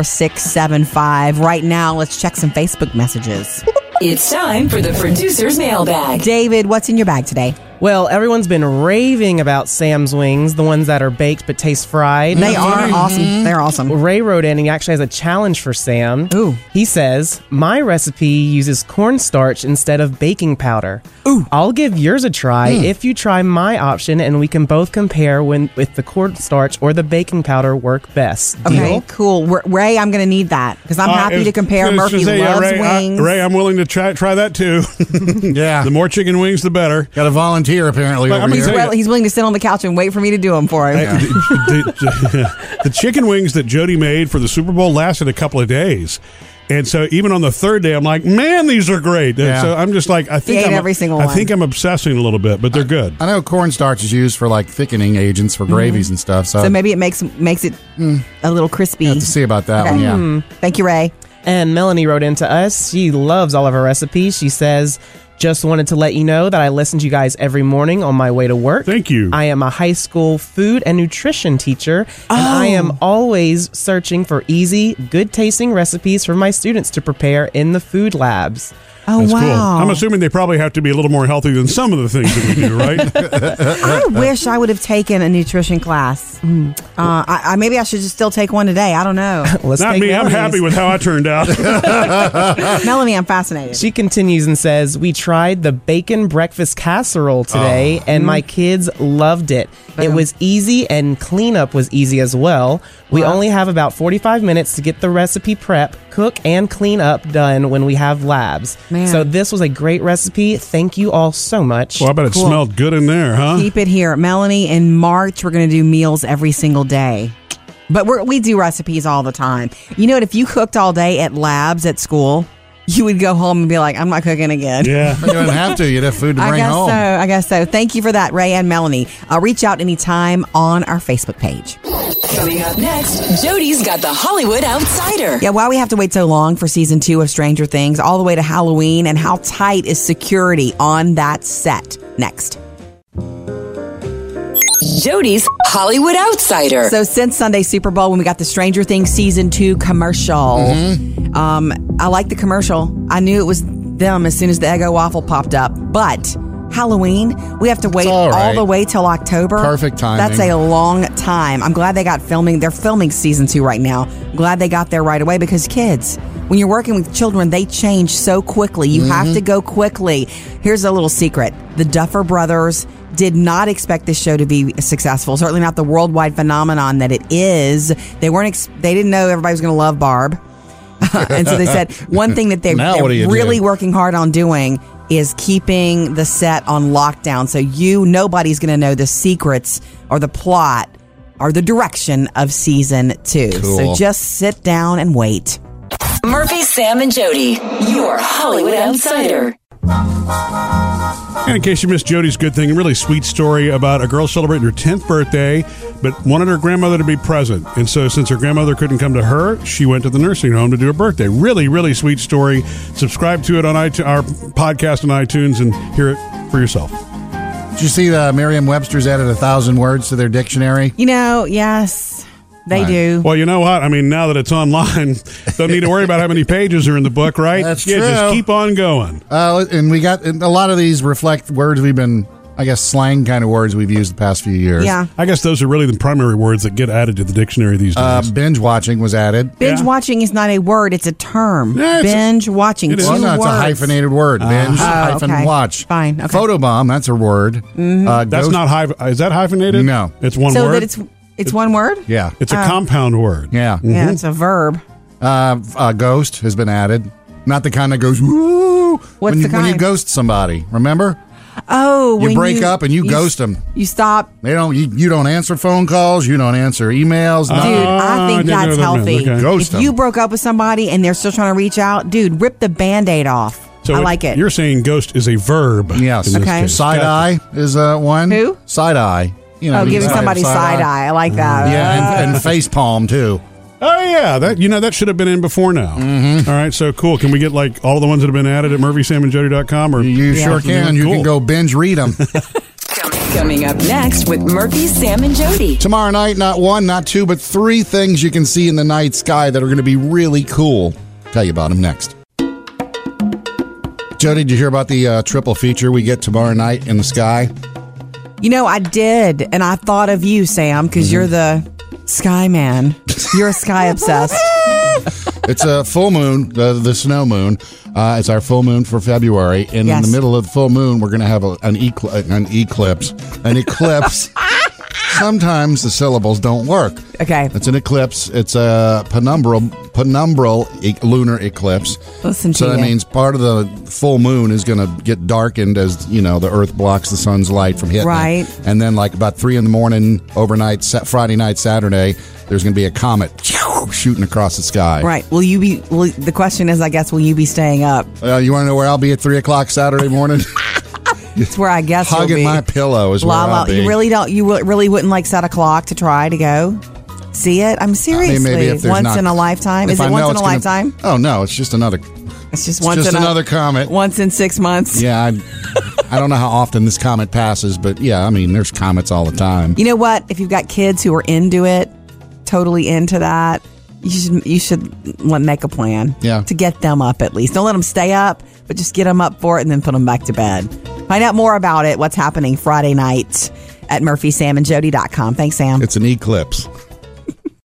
Speaker 2: 877-310-4675. Right now, let's check some Facebook messages.
Speaker 4: It's time for the producer's mailbag.
Speaker 2: David, what's in your bag today?
Speaker 6: Well, everyone's been raving about Sam's wings, the ones that are baked but taste fried.
Speaker 2: They
Speaker 1: Mm-hmm.
Speaker 2: are awesome. They're awesome.
Speaker 6: Ray wrote in and he actually has a challenge for Sam.
Speaker 2: Ooh.
Speaker 6: He says, My recipe uses cornstarch instead of baking powder. Ooh. I'll give yours a try
Speaker 2: Hmm.
Speaker 6: if you try my option and we can both compare when if the cornstarch or the baking powder work best. Deal?
Speaker 2: Okay, cool. R- Ray, I'm going to need that because I'm
Speaker 1: Uh,
Speaker 2: happy
Speaker 1: if-
Speaker 2: to compare.
Speaker 1: let's just
Speaker 2: Murphy
Speaker 1: say, yeah,
Speaker 2: loves
Speaker 1: Ray, I-
Speaker 2: wings.
Speaker 1: Ray, I'm willing to try, try that too.
Speaker 3: Yeah.
Speaker 1: the more chicken wings, the better.
Speaker 3: Got a volunteer apparently
Speaker 1: But
Speaker 3: over
Speaker 1: I'm gonna
Speaker 3: here.
Speaker 1: tell you-
Speaker 2: Well, he's willing to sit on the couch and wait for me to do them for him.
Speaker 1: Hey, the, the- the chicken wings that Jody made for the Super Bowl lasted a couple of days. And so even on the third day, I'm like, man, these are great. And
Speaker 3: Yeah.
Speaker 1: So I'm just like, I think
Speaker 2: ate
Speaker 1: I'm,
Speaker 2: every single
Speaker 1: I
Speaker 2: one. Oh,
Speaker 1: think I'm obsessing a little bit, but they're good.
Speaker 3: I know cornstarch is used for like thickening agents for gravies and stuff. So,
Speaker 2: Mm-hmm. So maybe it makes makes it
Speaker 1: Mm.
Speaker 2: a little crispy.
Speaker 3: have to see about that one. Yeah.
Speaker 2: Mm-hmm. Thank you, Ray.
Speaker 6: And Melanie wrote in to us. She loves all of her recipes. She says, Just wanted to let you know that I listen to you guys every morning on my way to work.
Speaker 1: Thank you.
Speaker 6: I am a high school food and nutrition teacher, and I am always searching for easy, good tasting recipes for my students to prepare in the food labs.
Speaker 2: Oh,
Speaker 1: That's cool. I'm assuming they probably have to be a little more healthy than some of the things that we do,
Speaker 2: I
Speaker 1: right?
Speaker 2: wish I would have taken a nutrition class. Mm. Uh, I, I, maybe I should just still take one today. I don't know.
Speaker 1: Not me. I'm happy with how I turned out.
Speaker 2: Melanie, I'm fascinated.
Speaker 6: She continues and says, We tried the bacon breakfast casserole today,
Speaker 2: Oh.
Speaker 6: and
Speaker 2: Mm.
Speaker 6: my kids loved it. It was easy, and cleanup was easy as well. We only have about 45 minutes to get the recipe prep, cook, and clean up done when we have labs.
Speaker 2: Man.
Speaker 6: So, this was a great recipe. Thank you all so much.
Speaker 1: Well, I bet it smelled good in there, huh?
Speaker 2: Keep it here, Melanie. In March, we're going to do meals every single day, but we're, we do recipes all the time. You know what? If you cooked all day at labs at school, you would go home and be like, "I'm not cooking again."
Speaker 1: Yeah.
Speaker 3: You don't have to. You'd have food to
Speaker 2: I
Speaker 3: bring
Speaker 2: guess
Speaker 3: home.
Speaker 2: so. I guess so. Thank you for that, Ray and Melanie. Uh, reach out anytime on our Facebook page.
Speaker 4: Coming up next, Jody's got the Hollywood Outsider.
Speaker 2: Yeah, why we have to wait so long for season two of Stranger Things, all the way to Halloween, and how tight is security on that set? Next.
Speaker 4: Jody's Hollywood Outsider.
Speaker 2: So since Sunday Super Bowl, when we got the Stranger Things season two commercial, um, I like the commercial. I knew it was them as soon as the Eggo waffle popped up, but. Halloween, we have to wait all,
Speaker 3: right.
Speaker 2: the way till October.
Speaker 3: Perfect timing.
Speaker 2: That's a long time. I'm glad they got filming. They're filming season two right now. I'm glad they got there right away because kids, when you're working with children, they change so quickly. You have
Speaker 10: Mhm.
Speaker 2: to go quickly. Here's a little secret the Duffer Brothers did not expect this show to be successful, certainly not the worldwide phenomenon that it is. They weren't, ex- they didn't know everybody was going to love Barb. and so they said one thing that they,
Speaker 10: Now
Speaker 2: they're
Speaker 10: what do you do?
Speaker 2: really working hard on doing is keeping the set on lockdown. So you, nobody's going to know the secrets or the plot or the direction of season two. So
Speaker 4: Cool.
Speaker 2: just sit down and wait.
Speaker 4: Murphy, Sam, and Jody, your Hollywood Outsider.
Speaker 1: And in case you missed Jody's good thing, a really sweet story about a girl celebrating her 10th birthday, but wanted her grandmother to be present. And so, since her grandmother couldn't come to her, she went to the nursing home to do her birthday. Really, really sweet story. Subscribe to it on iTunes, our podcast on iTunes and hear it for yourself.
Speaker 3: Did you see the Merriam-Webster's added a thousand words to their dictionary?
Speaker 2: You know, yes, they
Speaker 1: Right.
Speaker 2: do.
Speaker 1: Well, you know what? I mean, now that it's online, don't need to worry about how many pages are in the book, right?
Speaker 3: That's
Speaker 1: yeah,
Speaker 3: true.
Speaker 1: Just keep on going.
Speaker 3: Uh, and we got and a lot of these reflect words we've been, I guess, slang kind of words we've used the past few years.
Speaker 1: I guess those are really the primary words that get added to the dictionary these days.
Speaker 3: Uh, binge watching was added.
Speaker 2: Binge watching is not a word, it's a term.
Speaker 3: Yeah, it's a-
Speaker 2: binge watching.
Speaker 3: It
Speaker 2: two
Speaker 3: is. Well, no, it's a
Speaker 2: words.
Speaker 3: hyphenated word. Binge
Speaker 2: Uh-huh.
Speaker 3: hyphen
Speaker 2: Oh, okay.
Speaker 3: watch.
Speaker 2: Fine. Okay. Mm-hmm.
Speaker 3: Photobomb. That's a word. Uh,
Speaker 1: That's
Speaker 3: ghost-
Speaker 1: not hy- is that hyphenated?
Speaker 3: No.
Speaker 1: It's one
Speaker 2: so
Speaker 1: word.
Speaker 2: that it's it's one word?
Speaker 3: Yeah. Mm-hmm.
Speaker 1: It's a
Speaker 2: Oh.
Speaker 1: compound word. Mm-hmm.
Speaker 3: Yeah.
Speaker 2: Yeah, it's a verb.
Speaker 3: Uh, uh, ghost has been added. Not the kind that goes woo.
Speaker 2: What's
Speaker 3: when,
Speaker 2: the
Speaker 3: you- when you
Speaker 2: kind?
Speaker 3: ghost somebody? Remember?
Speaker 2: Oh,
Speaker 3: You
Speaker 2: when
Speaker 3: break up and you ghost 'em.
Speaker 2: You stop.
Speaker 3: They don't. You, you don't answer phone calls. You don't answer emails.
Speaker 2: Dude, I think that's healthy.
Speaker 3: Ghost
Speaker 2: if
Speaker 3: 'em.
Speaker 2: you broke up with somebody and they're still trying to reach out, dude, rip the band-aid off. I
Speaker 1: what
Speaker 2: like it.
Speaker 1: You're saying ghost is a verb.
Speaker 3: Yes.
Speaker 2: Okay.
Speaker 3: Side eye is uh, one. Who? Side eye. You know,
Speaker 2: oh,
Speaker 3: you
Speaker 2: giving
Speaker 3: side- Mm-hmm.
Speaker 2: somebody side, eye. Ah. I like that.
Speaker 3: Yeah, and, and face palm too.
Speaker 1: Oh yeah, that you know that should have been in before now.
Speaker 3: Mm-hmm.
Speaker 1: All right, so cool. Can we get like all the ones that have been added at murphysamandjody.com or
Speaker 3: You sure can. You can go binge read them.
Speaker 4: Coming up next with Murphy, Sam, and Jody.
Speaker 3: Tomorrow night, not one, not two, but three things you can see in the night sky that are going to be really cool. Tell you about them next. Jody, did you hear about the uh, triple feature we get tomorrow night in the sky?
Speaker 2: You know, I did, and I thought of you, Sam, because you're
Speaker 3: Mm-hmm.
Speaker 2: the sky man. You're a sky obsessed.
Speaker 3: It's a full moon, the, the snow moon. Uh, it's our full moon for February, and in
Speaker 2: Yes.
Speaker 3: the middle of the full moon, we're going to have a, an, ecl- an eclipse. An eclipse. Sometimes the syllables don't work.
Speaker 2: Okay.
Speaker 3: It's an eclipse. It's a penumbral penumbral e- lunar eclipse.
Speaker 2: Listen to
Speaker 3: so that
Speaker 2: you.
Speaker 3: means part of the full moon is going to get darkened as you know the Earth blocks the sun's light from hitting it.
Speaker 2: Right.
Speaker 3: And then like about three in the morning, overnight, Sa- Friday night, Saturday, there's going to be a comet shooting across the sky.
Speaker 2: Right. Will you be? Will, the question is, I guess, will you be staying up?
Speaker 3: Uh, you want to know where I'll be at three o'clock Saturday morning?
Speaker 2: It's where I guess you'll
Speaker 3: Hugging
Speaker 2: be.
Speaker 3: my pillow is
Speaker 2: La
Speaker 3: where
Speaker 2: la.
Speaker 3: I'll be.
Speaker 2: You really don't. You re- really wouldn't like set a clock to try to go see it. I'm seriously
Speaker 3: I mean, maybe if there's
Speaker 2: once
Speaker 3: not-
Speaker 2: in a lifetime.
Speaker 3: if
Speaker 2: Is it
Speaker 3: I know
Speaker 2: once in
Speaker 3: it's
Speaker 2: a
Speaker 3: gonna-
Speaker 2: lifetime?
Speaker 3: oh no, it's just another
Speaker 2: It's just
Speaker 3: It's
Speaker 2: once
Speaker 3: just
Speaker 2: in a-
Speaker 3: another comet.
Speaker 2: Once in six months.
Speaker 3: Yeah, I, I don't know how often this comet passes, but yeah, I mean, there's comets all the time.
Speaker 2: You know what? If you've got kids who are into it, totally into that, you should you should let- make a plan.
Speaker 3: Yeah.
Speaker 2: To get them up at least. Don't let them stay up, but just get them up for it and then put them back to bed. Find out more about it. What's happening Friday night at murphysamandjody.com. Thanks, Sam.
Speaker 3: It's an eclipse.